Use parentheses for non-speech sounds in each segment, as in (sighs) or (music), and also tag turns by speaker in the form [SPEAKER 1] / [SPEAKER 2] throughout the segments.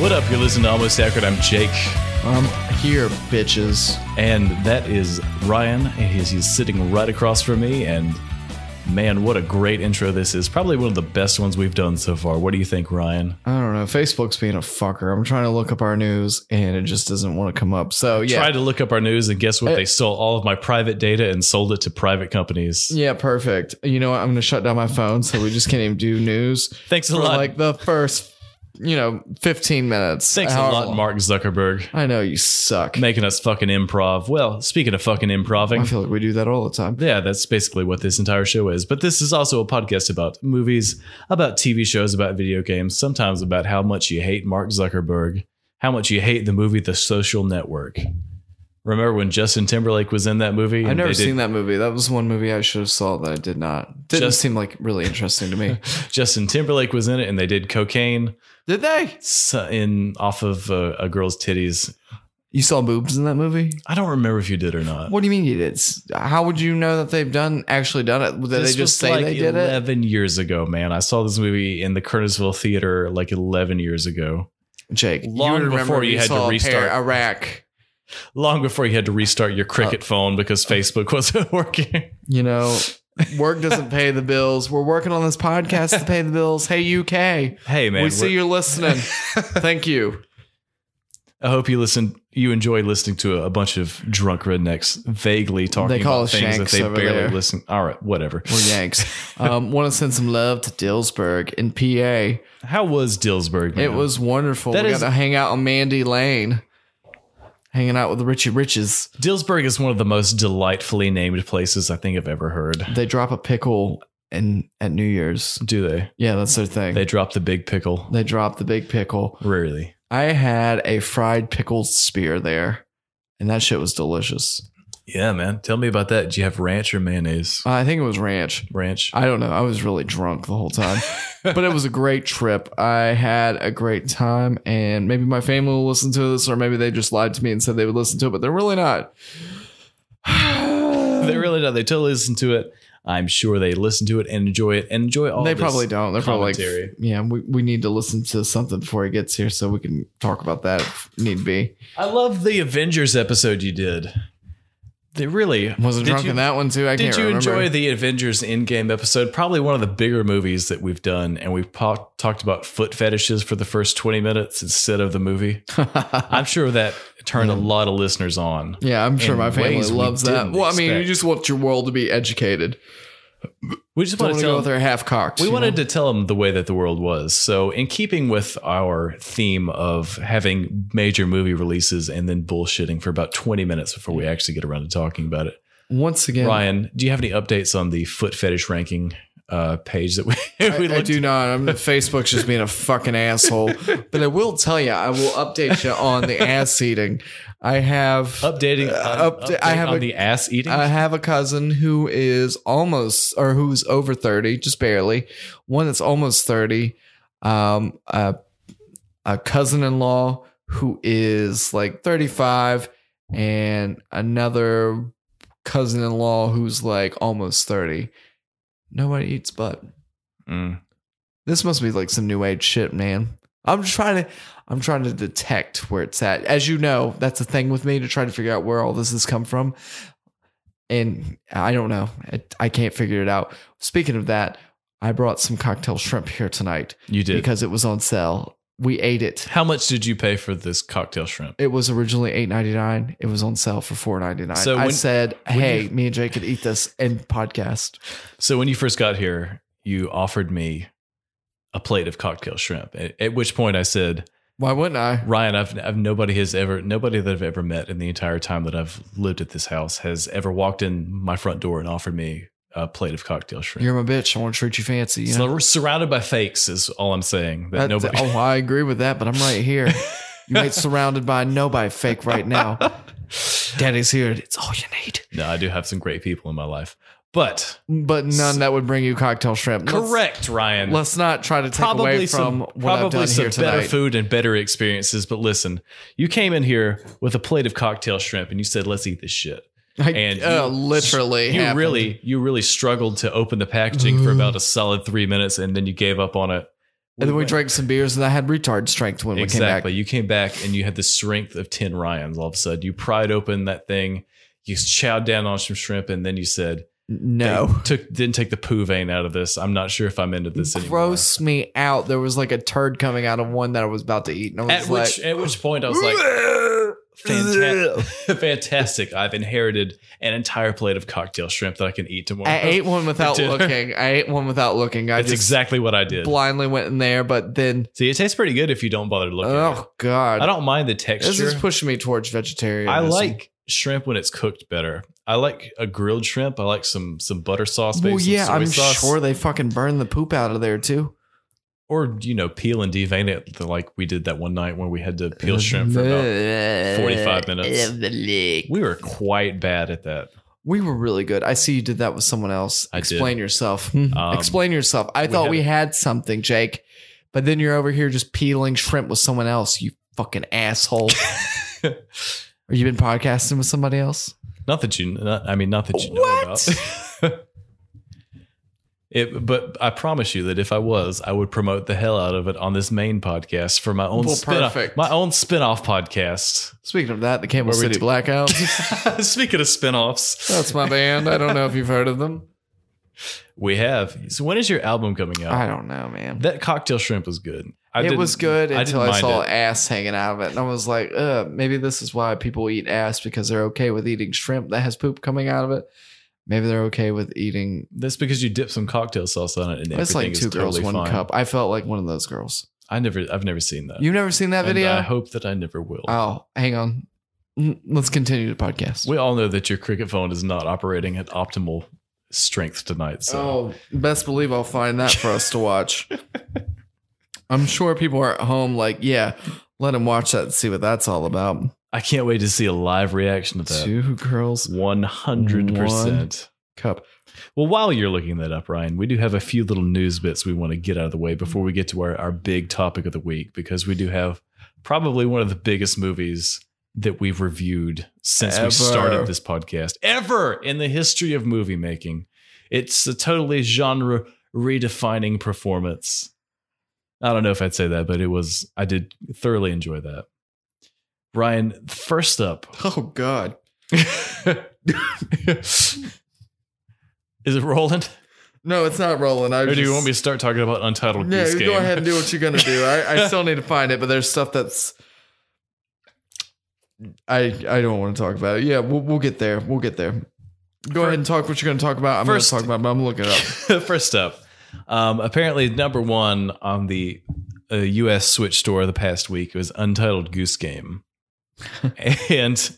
[SPEAKER 1] What up? You're listening to Almost Accurate. I'm Jake,
[SPEAKER 2] I'm here, bitches.
[SPEAKER 1] and that is Ryan, and he's, he's sitting right across from me. And man, what a great intro this is! Probably one of the best ones we've done so far. What do you think, Ryan?
[SPEAKER 2] I don't know. Facebook's being a fucker. I'm trying to look up our news and it just doesn't want to come up. So yeah.
[SPEAKER 1] Tried to look up our news, and guess what?
[SPEAKER 2] Uh,
[SPEAKER 1] they stole all of my private data and sold it to private companies.
[SPEAKER 2] yeah, perfect. You know what? I'm gonna shut down my phone so we just can't even do news
[SPEAKER 1] Thanks a
[SPEAKER 2] for
[SPEAKER 1] lot.
[SPEAKER 2] like the first, you know, 15 minutes.
[SPEAKER 1] Thanks a
[SPEAKER 2] However
[SPEAKER 1] lot,
[SPEAKER 2] long.
[SPEAKER 1] Mark Zuckerberg,
[SPEAKER 2] I know you suck.
[SPEAKER 1] making us fucking improv. Well, speaking of fucking
[SPEAKER 2] I
[SPEAKER 1] improving,
[SPEAKER 2] feel like we do that all the time.
[SPEAKER 1] yeah, that's basically what this entire show is. But this is also a podcast about movies, about TV shows, about video games, sometimes about how much you hate Mark Zuckerberg, how much you hate the movie The Social Network. Remember when Justin Timberlake was in that movie?
[SPEAKER 2] I've
[SPEAKER 1] and
[SPEAKER 2] never
[SPEAKER 1] they did-
[SPEAKER 2] seen that movie. That was one movie I should have saw that I did not. Didn't
[SPEAKER 1] Just-
[SPEAKER 2] seem like really interesting
[SPEAKER 1] (laughs)
[SPEAKER 2] to me.
[SPEAKER 1] Justin Timberlake was in it, and they did cocaine
[SPEAKER 2] did they?
[SPEAKER 1] s- in off of uh, a girl's titties.
[SPEAKER 2] You saw boobs in that movie?
[SPEAKER 1] I don't remember if you did or not.
[SPEAKER 2] What do you mean you did? S- How would you know that they've done actually done it? Did
[SPEAKER 1] This
[SPEAKER 2] they just
[SPEAKER 1] was
[SPEAKER 2] say
[SPEAKER 1] like
[SPEAKER 2] they did it?
[SPEAKER 1] eleven years ago, man. I saw this movie in the Kernersville Theater like eleven years ago.
[SPEAKER 2] Jake,
[SPEAKER 1] Long
[SPEAKER 2] would remember
[SPEAKER 1] before
[SPEAKER 2] if
[SPEAKER 1] you had to
[SPEAKER 2] saw a pair-
[SPEAKER 1] restart.
[SPEAKER 2] a rack.
[SPEAKER 1] long before you had to restart your cricket phone because Facebook (laughs) wasn't working.
[SPEAKER 2] You know, (laughs) work doesn't pay the bills. We're working on this podcast to pay the bills. Hey UK,
[SPEAKER 1] Hey man,
[SPEAKER 2] we see
[SPEAKER 1] we're-
[SPEAKER 2] you're (laughs) listening. Thank you.
[SPEAKER 1] I hope you listen. You enjoy listening to a, a bunch of drunk rednecks vaguely talking
[SPEAKER 2] They call
[SPEAKER 1] about
[SPEAKER 2] us
[SPEAKER 1] things that
[SPEAKER 2] shanks
[SPEAKER 1] they
[SPEAKER 2] over
[SPEAKER 1] barely
[SPEAKER 2] there.
[SPEAKER 1] listen. All right, whatever.
[SPEAKER 2] We're Yanks. Um, Want to send some love to Dillsburg in PA.
[SPEAKER 1] (sighs) How was Dillsburg? Man?
[SPEAKER 2] It was wonderful.
[SPEAKER 1] That
[SPEAKER 2] we
[SPEAKER 1] is-
[SPEAKER 2] got to hang out on Mandy Lane, hanging out with the Richie Riches.
[SPEAKER 1] Dillsburg is one of the most delightfully named places I think I've ever heard.
[SPEAKER 2] They drop a pickle in at New Year's.
[SPEAKER 1] Do they?
[SPEAKER 2] Yeah, that's their thing.
[SPEAKER 1] They dropped the big pickle.
[SPEAKER 2] They dropped the big pickle.
[SPEAKER 1] Rarely.
[SPEAKER 2] I had a fried pickle spear there, and that shit was delicious.
[SPEAKER 1] Yeah, man. Tell me about that. Did you have ranch or mayonnaise?
[SPEAKER 2] Uh, I think it was ranch.
[SPEAKER 1] ranch.
[SPEAKER 2] I don't know. I was really drunk the
[SPEAKER 1] (laughs)
[SPEAKER 2] whole time, but it was a great trip. I had a great time, and maybe my family will listen to this, or maybe they just lied to me and said they would listen to it, but they're
[SPEAKER 1] (sighs)
[SPEAKER 2] really not.
[SPEAKER 1] they really don't. They totally listen to it. I'm sure they listen to it and enjoy it and enjoy all.
[SPEAKER 2] they
[SPEAKER 1] this
[SPEAKER 2] probably don't. They're probably
[SPEAKER 1] commentary.
[SPEAKER 2] like, yeah, we, we need to listen to something before he gets here so we can talk about that if need be.
[SPEAKER 1] I love the Avengers episode you did. They really
[SPEAKER 2] Wasn't
[SPEAKER 1] Did
[SPEAKER 2] drunk
[SPEAKER 1] you-
[SPEAKER 2] in that one, too. I
[SPEAKER 1] Did
[SPEAKER 2] can't
[SPEAKER 1] you
[SPEAKER 2] remember.
[SPEAKER 1] enjoy the Avengers Endgame episode? Probably one of the bigger movies that we've done, and we've po- talked about foot fetishes for the first twenty minutes instead of the
[SPEAKER 2] (laughs)
[SPEAKER 1] movie. I'm sure that turned a lot of listeners on.
[SPEAKER 2] Yeah, I'm sure
[SPEAKER 1] in
[SPEAKER 2] my family
[SPEAKER 1] ways we
[SPEAKER 2] loves that.
[SPEAKER 1] didn't
[SPEAKER 2] Well, I mean, you
[SPEAKER 1] expect.
[SPEAKER 2] just want your world to be educated.
[SPEAKER 1] We just want
[SPEAKER 2] Don't
[SPEAKER 1] to
[SPEAKER 2] want to go
[SPEAKER 1] tell
[SPEAKER 2] with their half cocked.
[SPEAKER 1] We wanted to tell them the way that the world was. So, in keeping with our theme of having major movie releases and then bullshitting for about 20 minutes before we actually get around to talking about it.
[SPEAKER 2] once again.
[SPEAKER 1] Ryan, do you have any updates on the foot fetish ranking uh, page that we, (laughs)
[SPEAKER 2] I,
[SPEAKER 1] we
[SPEAKER 2] I
[SPEAKER 1] looked
[SPEAKER 2] do not. I'm Facebook's just being a fucking asshole. But I will tell you, I will update you on the ass eating. I
[SPEAKER 1] Oh,
[SPEAKER 2] have
[SPEAKER 1] updating?
[SPEAKER 2] Uh,
[SPEAKER 1] on-
[SPEAKER 2] upda-
[SPEAKER 1] update
[SPEAKER 2] I have
[SPEAKER 1] on
[SPEAKER 2] a-
[SPEAKER 1] the ass eating.
[SPEAKER 2] I have a cousin who is almost or who's over 30, just barely. One that's almost 30. Um a, a cousin-in-law who is like 35 and another cousin-in-law who's like almost 30. Nobody eats butt.
[SPEAKER 1] Mm.
[SPEAKER 2] This must be like some new age shit, man. I'm just trying to I'm trying to detect where it's at. As you know, that's the thing with me to try to figure out where all this has come from. And I don't know. I, I can't figure it out. Speaking of that, I brought some cocktail shrimp here tonight
[SPEAKER 1] You did.
[SPEAKER 2] because it was on sale. We ate it.
[SPEAKER 1] How much did you pay for this cocktail shrimp?
[SPEAKER 2] It was originally eight ninety nine. It was on sale for four ninety nine.
[SPEAKER 1] So
[SPEAKER 2] So I
[SPEAKER 1] when-
[SPEAKER 2] said,
[SPEAKER 1] when
[SPEAKER 2] "Hey,
[SPEAKER 1] you-
[SPEAKER 2] me and Jay could eat this and podcast."
[SPEAKER 1] So, when you first got here, you offered me a plate of cocktail shrimp. At, at which point I said,
[SPEAKER 2] Why wouldn't I?
[SPEAKER 1] Ryan, I've, I've nobody has ever nobody that I've ever met in the entire time that I've lived at this house has ever walked in my front door and offered me a plate of cocktail shrimp.
[SPEAKER 2] You're my bitch. I want to treat you fancy. You
[SPEAKER 1] So
[SPEAKER 2] know?
[SPEAKER 1] we're surrounded by fakes is all I'm saying. That,
[SPEAKER 2] That-
[SPEAKER 1] nobody.
[SPEAKER 2] oh, I agree with that, but I'm right here.
[SPEAKER 1] (laughs)
[SPEAKER 2] you ain't surrounded by nobody fake right now. Daddy's here. It's all you need.
[SPEAKER 1] no, I do have some great people in my life, but
[SPEAKER 2] But none that would bring you cocktail shrimp. Let's-
[SPEAKER 1] correct, Ryan.
[SPEAKER 2] Let's, not try to take away
[SPEAKER 1] probably
[SPEAKER 2] from
[SPEAKER 1] some
[SPEAKER 2] what I've
[SPEAKER 1] probably
[SPEAKER 2] done
[SPEAKER 1] some
[SPEAKER 2] here
[SPEAKER 1] better
[SPEAKER 2] tonight.
[SPEAKER 1] food and better experiences. But listen, you came in here with a plate of cocktail shrimp and you said, "Let's eat this shit."
[SPEAKER 2] Like,
[SPEAKER 1] and
[SPEAKER 2] uh,
[SPEAKER 1] you-
[SPEAKER 2] literally,
[SPEAKER 1] You
[SPEAKER 2] happened. Mm.
[SPEAKER 1] really, you really struggled to open the packaging for about a solid three minutes, and then you gave up on it.
[SPEAKER 2] And then we
[SPEAKER 1] went-
[SPEAKER 2] drank some beers, and I had retard strength when
[SPEAKER 1] Exactly.
[SPEAKER 2] we came back.
[SPEAKER 1] You came back and you had the strength of 10 Ryans all of a sudden. You pried open that thing, you chowed down on some shrimp, and then you said,
[SPEAKER 2] No.
[SPEAKER 1] "Hey, took didn't take the poo vein out of this. I'm not sure if I'm into this anymore.
[SPEAKER 2] Gross me out. There was like a turd coming out of one that I was about to eat, and I
[SPEAKER 1] At
[SPEAKER 2] was
[SPEAKER 1] which
[SPEAKER 2] like,
[SPEAKER 1] at which point I was like,
[SPEAKER 2] (laughs)
[SPEAKER 1] fantastic, (laughs) fantastic. I've inherited an entire plate of cocktail shrimp that I can eat tomorrow.
[SPEAKER 2] I ate
[SPEAKER 1] (laughs)
[SPEAKER 2] one without
[SPEAKER 1] Dinner.
[SPEAKER 2] looking. I ate one without looking. I
[SPEAKER 1] That's
[SPEAKER 2] just
[SPEAKER 1] exactly what I did.
[SPEAKER 2] blindly went in there, but then
[SPEAKER 1] See, it tastes pretty good if you don't bother to look at it.
[SPEAKER 2] oh god,
[SPEAKER 1] I don't mind the texture.
[SPEAKER 2] This is pushing me towards vegetarianism.
[SPEAKER 1] I like shrimp when it's cooked better. I like a grilled shrimp. I like some some butter sauce. Maybe
[SPEAKER 2] Well, yeah,
[SPEAKER 1] some soy
[SPEAKER 2] I'm
[SPEAKER 1] sauce,
[SPEAKER 2] sure they fucking burn the poop out of there too.
[SPEAKER 1] Or you know, peel and devein it the- like we did that one night when we had to peel shrimp for about.
[SPEAKER 2] (laughs)
[SPEAKER 1] 45 minutes. We were quite bad at that.
[SPEAKER 2] We were really good. I see you did that with someone else.
[SPEAKER 1] I did.
[SPEAKER 2] Explain yourself. (laughs)
[SPEAKER 1] Um,
[SPEAKER 2] Explain yourself. I
[SPEAKER 1] we
[SPEAKER 2] thought
[SPEAKER 1] had-
[SPEAKER 2] we had something, Jake, but then you're over here just peeling shrimp with someone else. You fucking
[SPEAKER 1] (laughs)
[SPEAKER 2] asshole. Or you been podcasting with somebody else?
[SPEAKER 1] not that you, not, I mean, not that you know about. (laughs) it, but I promise you that if I was, I would promote the hell out of it on this main podcast for my own
[SPEAKER 2] Well,
[SPEAKER 1] spin-off,
[SPEAKER 2] perfect.
[SPEAKER 1] my own spin-off podcast. (laughs)
[SPEAKER 2] Speaking of that, the Campbell
[SPEAKER 1] Where we
[SPEAKER 2] City
[SPEAKER 1] do- (laughs)
[SPEAKER 2] Blackout.
[SPEAKER 1] Speaking of spin-offs,
[SPEAKER 2] That's my band. I don't know if you've heard of them.
[SPEAKER 1] We have. So when is your album coming out?
[SPEAKER 2] I don't know, man.
[SPEAKER 1] that cocktail shrimp was good. I
[SPEAKER 2] it
[SPEAKER 1] didn't-
[SPEAKER 2] was good
[SPEAKER 1] I
[SPEAKER 2] until I,
[SPEAKER 1] didn't mind
[SPEAKER 2] saw
[SPEAKER 1] it.
[SPEAKER 2] ass hanging out of it, and I was like, uh, maybe this is why people eat ass because they're okay with eating shrimp that has poop coming out of it. Maybe they're okay with eating.
[SPEAKER 1] That's because you dip some cocktail sauce on it, and
[SPEAKER 2] It's
[SPEAKER 1] everything
[SPEAKER 2] like two
[SPEAKER 1] is
[SPEAKER 2] girls,
[SPEAKER 1] totally
[SPEAKER 2] one
[SPEAKER 1] fine.
[SPEAKER 2] cup. I felt like one of those girls.
[SPEAKER 1] I never, I've never seen that.
[SPEAKER 2] You've never seen that
[SPEAKER 1] And uh,
[SPEAKER 2] video?
[SPEAKER 1] I hope that I never will.
[SPEAKER 2] oh, hang on. Mm, Let's continue the podcast.
[SPEAKER 1] we all know that your cricket phone is not operating at optimal strength tonight. So
[SPEAKER 2] Oh, best believe I'll find that for us
[SPEAKER 1] (laughs)
[SPEAKER 2] to watch. I'm sure people are at home like, yeah, let them watch that and see what that's all about.
[SPEAKER 1] I can't wait to see a live reaction to that.
[SPEAKER 2] Two girls,
[SPEAKER 1] One hundred percent.
[SPEAKER 2] cup.
[SPEAKER 1] Well, while you're looking that up, Ryan, we do have a few little news bits we want to get out of the way before we get to our, our big topic of the week, because we do have probably one of the biggest movies that we've reviewed since we
[SPEAKER 2] Ever.
[SPEAKER 1] started this podcast, ever in the history of movie making. It's a totally genre redefining performance. I don't know if I'd say that, but it was, I did thoroughly enjoy that. Ryan, first up
[SPEAKER 2] (laughs)
[SPEAKER 1] (laughs)
[SPEAKER 2] Oh God.
[SPEAKER 1] is it Roland?
[SPEAKER 2] No, it's not rolling. I
[SPEAKER 1] Or
[SPEAKER 2] just,
[SPEAKER 1] do you want me to start talking about Untitled
[SPEAKER 2] No,
[SPEAKER 1] Goose
[SPEAKER 2] you
[SPEAKER 1] Game?
[SPEAKER 2] go ahead and do what you're gonna
[SPEAKER 1] (laughs)
[SPEAKER 2] do. I, I still need to find it, but there's stuff that's I I don't want to talk about it. Yeah, we'll we'll get there. We'll get there. Go ahead and talk what you're gonna talk about. I'm going gonna
[SPEAKER 1] First-
[SPEAKER 2] talk about, it, but I'm looking it up.
[SPEAKER 1] First up, um, apparently number one on the uh, U.S. Switch store the past week was Untitled Goose Game, (laughs) and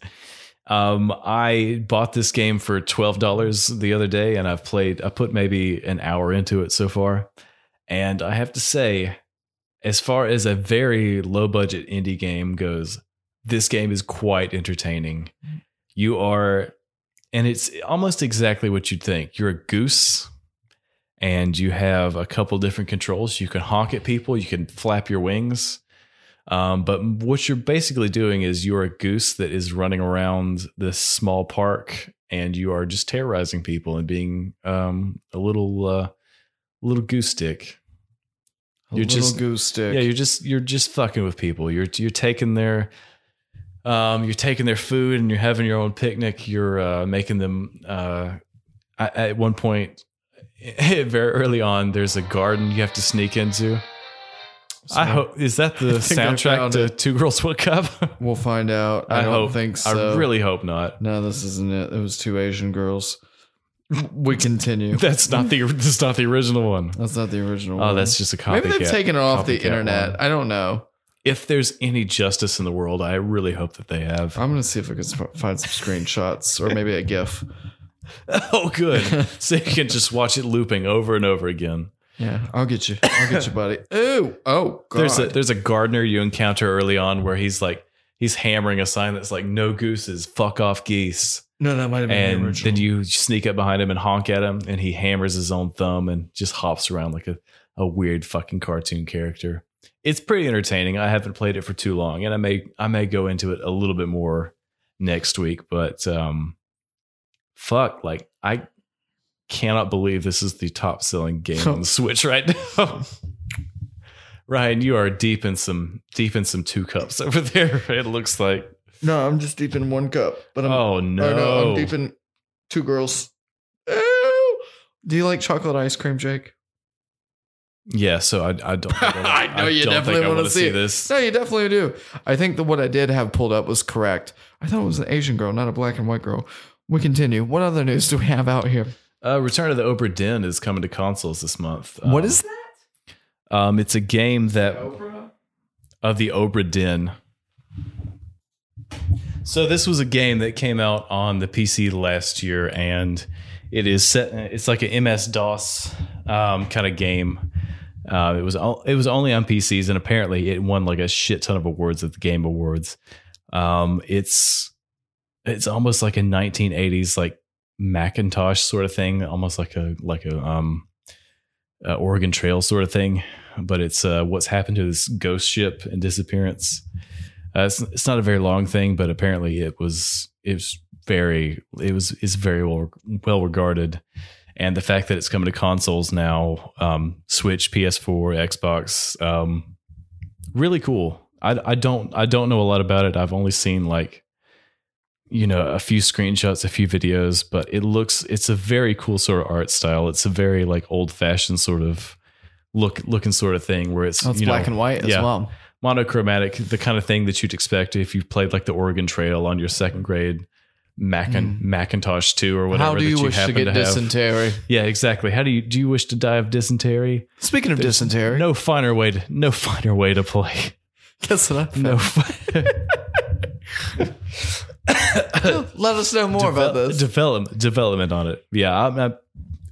[SPEAKER 1] um, I bought this game for twelve dollars the other day, and I've played. I put maybe an hour into it so far, and I have to say, as far as a very low budget indie game goes, this game is quite entertaining. You are. And it's almost exactly what you'd think. You're a goose and you have a couple different controls. You can honk at people, you can flap your wings. Um, but what you're basically doing is you're a goose that is running around this small park and you are just terrorizing people and being um, a little uh, little goose stick.
[SPEAKER 2] A
[SPEAKER 1] You're
[SPEAKER 2] little
[SPEAKER 1] just-
[SPEAKER 2] goose stick.
[SPEAKER 1] Yeah, you're just you're just fucking with people. You're you're taking their um you're taking their food and you're having your own picnic. You're uh making them uh I, at one point (laughs) very early on there's a garden you have to sneak into. (laughs) I hope is that the
[SPEAKER 2] I think I
[SPEAKER 1] soundtrack
[SPEAKER 2] found
[SPEAKER 1] to
[SPEAKER 2] it.
[SPEAKER 1] Two Girls One (laughs) Cup?
[SPEAKER 2] We'll find out. I, don't
[SPEAKER 1] hope
[SPEAKER 2] think so.
[SPEAKER 1] I really hope not. (laughs)
[SPEAKER 2] No, this isn't it. It was two Asian girls.
[SPEAKER 1] (laughs)
[SPEAKER 2] We continue.
[SPEAKER 1] That's not the that's not the original one.
[SPEAKER 2] That's not the original.
[SPEAKER 1] Oh,
[SPEAKER 2] one.
[SPEAKER 1] that's just a copycat.
[SPEAKER 2] maybe they've taken it off the
[SPEAKER 1] copycat
[SPEAKER 2] internet.
[SPEAKER 1] one.
[SPEAKER 2] I don't know.
[SPEAKER 1] If there's any justice in the world, I really hope that they have.
[SPEAKER 2] I'm gonna see if I can sp- find some screenshots or maybe a GIF.
[SPEAKER 1] (laughs) oh, good. so you can just watch it looping over and over again.
[SPEAKER 2] Yeah, I'll get you. I'll get you, (laughs) buddy. Ooh, oh, God.
[SPEAKER 1] There's a there's a gardener you encounter early on where he's like he's hammering a sign that's like no gooses, fuck off geese.
[SPEAKER 2] no, that might have been the
[SPEAKER 1] And
[SPEAKER 2] original.
[SPEAKER 1] then you sneak up behind him and honk at him and he hammers his own thumb and just hops around like a, a weird fucking cartoon character. It's pretty entertaining. I haven't played it for too long and I may I may go into it a little bit more next week, but um fuck, like I cannot believe this is the top selling game
[SPEAKER 2] (laughs)
[SPEAKER 1] on the Switch right now. (laughs) Ryan, you are deep in some deep in some two cups over (laughs) there. It looks like.
[SPEAKER 2] no, I'm just deep in one cup, but I'm
[SPEAKER 1] oh
[SPEAKER 2] no,
[SPEAKER 1] no.
[SPEAKER 2] no I'm deep in two girls. Ooh. Do you like chocolate ice cream, Jake?
[SPEAKER 1] yeah, so I, (laughs) I don't.
[SPEAKER 2] (laughs)
[SPEAKER 1] Think
[SPEAKER 2] I know you
[SPEAKER 1] don't
[SPEAKER 2] definitely
[SPEAKER 1] think I
[SPEAKER 2] wanna
[SPEAKER 1] wanna
[SPEAKER 2] see it.
[SPEAKER 1] this.
[SPEAKER 2] No, you definitely do. I think that what I did have pulled up was correct. I thought it was an Asian girl, not a black and white girl. We continue. What other news do we have out here?
[SPEAKER 1] Uh, Return of the Oprah Den is coming to consoles this month.
[SPEAKER 2] what
[SPEAKER 1] Um,
[SPEAKER 2] is that?
[SPEAKER 1] Um, it's a game that of the Obra Dinn. So this was a game that came out on the PC last year, and it is set. It's like an MS DOS um, kind of game. Uh, it was all, it was only on PCs, and apparently it won like a shit ton of awards at the Game Awards. Um, it's it's almost like a 1980s like Macintosh sort of thing, almost like a like a um, uh, Oregon Trail sort of thing but it's uh, what's happened to this ghost ship and disappearance. Uh, it's, it's not a very long thing, but apparently it was it was very it was is very well well regarded, and the fact that it's coming to consoles now, um, Switch, PS4, Xbox, um, really cool. I, I don't I don't know a lot about it. I've only seen like you know a few screenshots, a few videos, but it looks it's a very cool sort of art style. It's a very like old fashioned sort of look looking sort of thing where it's
[SPEAKER 2] Oh, it's
[SPEAKER 1] you know,
[SPEAKER 2] black and white as
[SPEAKER 1] yeah.
[SPEAKER 2] well.
[SPEAKER 1] monochromatic, the kind of thing that you'd expect if you played like the Oregon Trail on your second grade Mac-
[SPEAKER 2] Mm.
[SPEAKER 1] Macintosh 2 or whatever
[SPEAKER 2] How do
[SPEAKER 1] that
[SPEAKER 2] you,
[SPEAKER 1] you
[SPEAKER 2] wish to
[SPEAKER 1] happen
[SPEAKER 2] get
[SPEAKER 1] to have.
[SPEAKER 2] dysentery?
[SPEAKER 1] Yeah, exactly. How do you do you wish to die of dysentery?
[SPEAKER 2] Speaking of
[SPEAKER 1] There's
[SPEAKER 2] dysentery,
[SPEAKER 1] No finer way to no finer way to play.
[SPEAKER 2] guess what? (laughs) I
[SPEAKER 1] No
[SPEAKER 2] found?
[SPEAKER 1] fi-
[SPEAKER 2] (laughs) Let us know more about
[SPEAKER 1] Devel-
[SPEAKER 2] this.
[SPEAKER 1] development development on it. Yeah, I'm, I'm-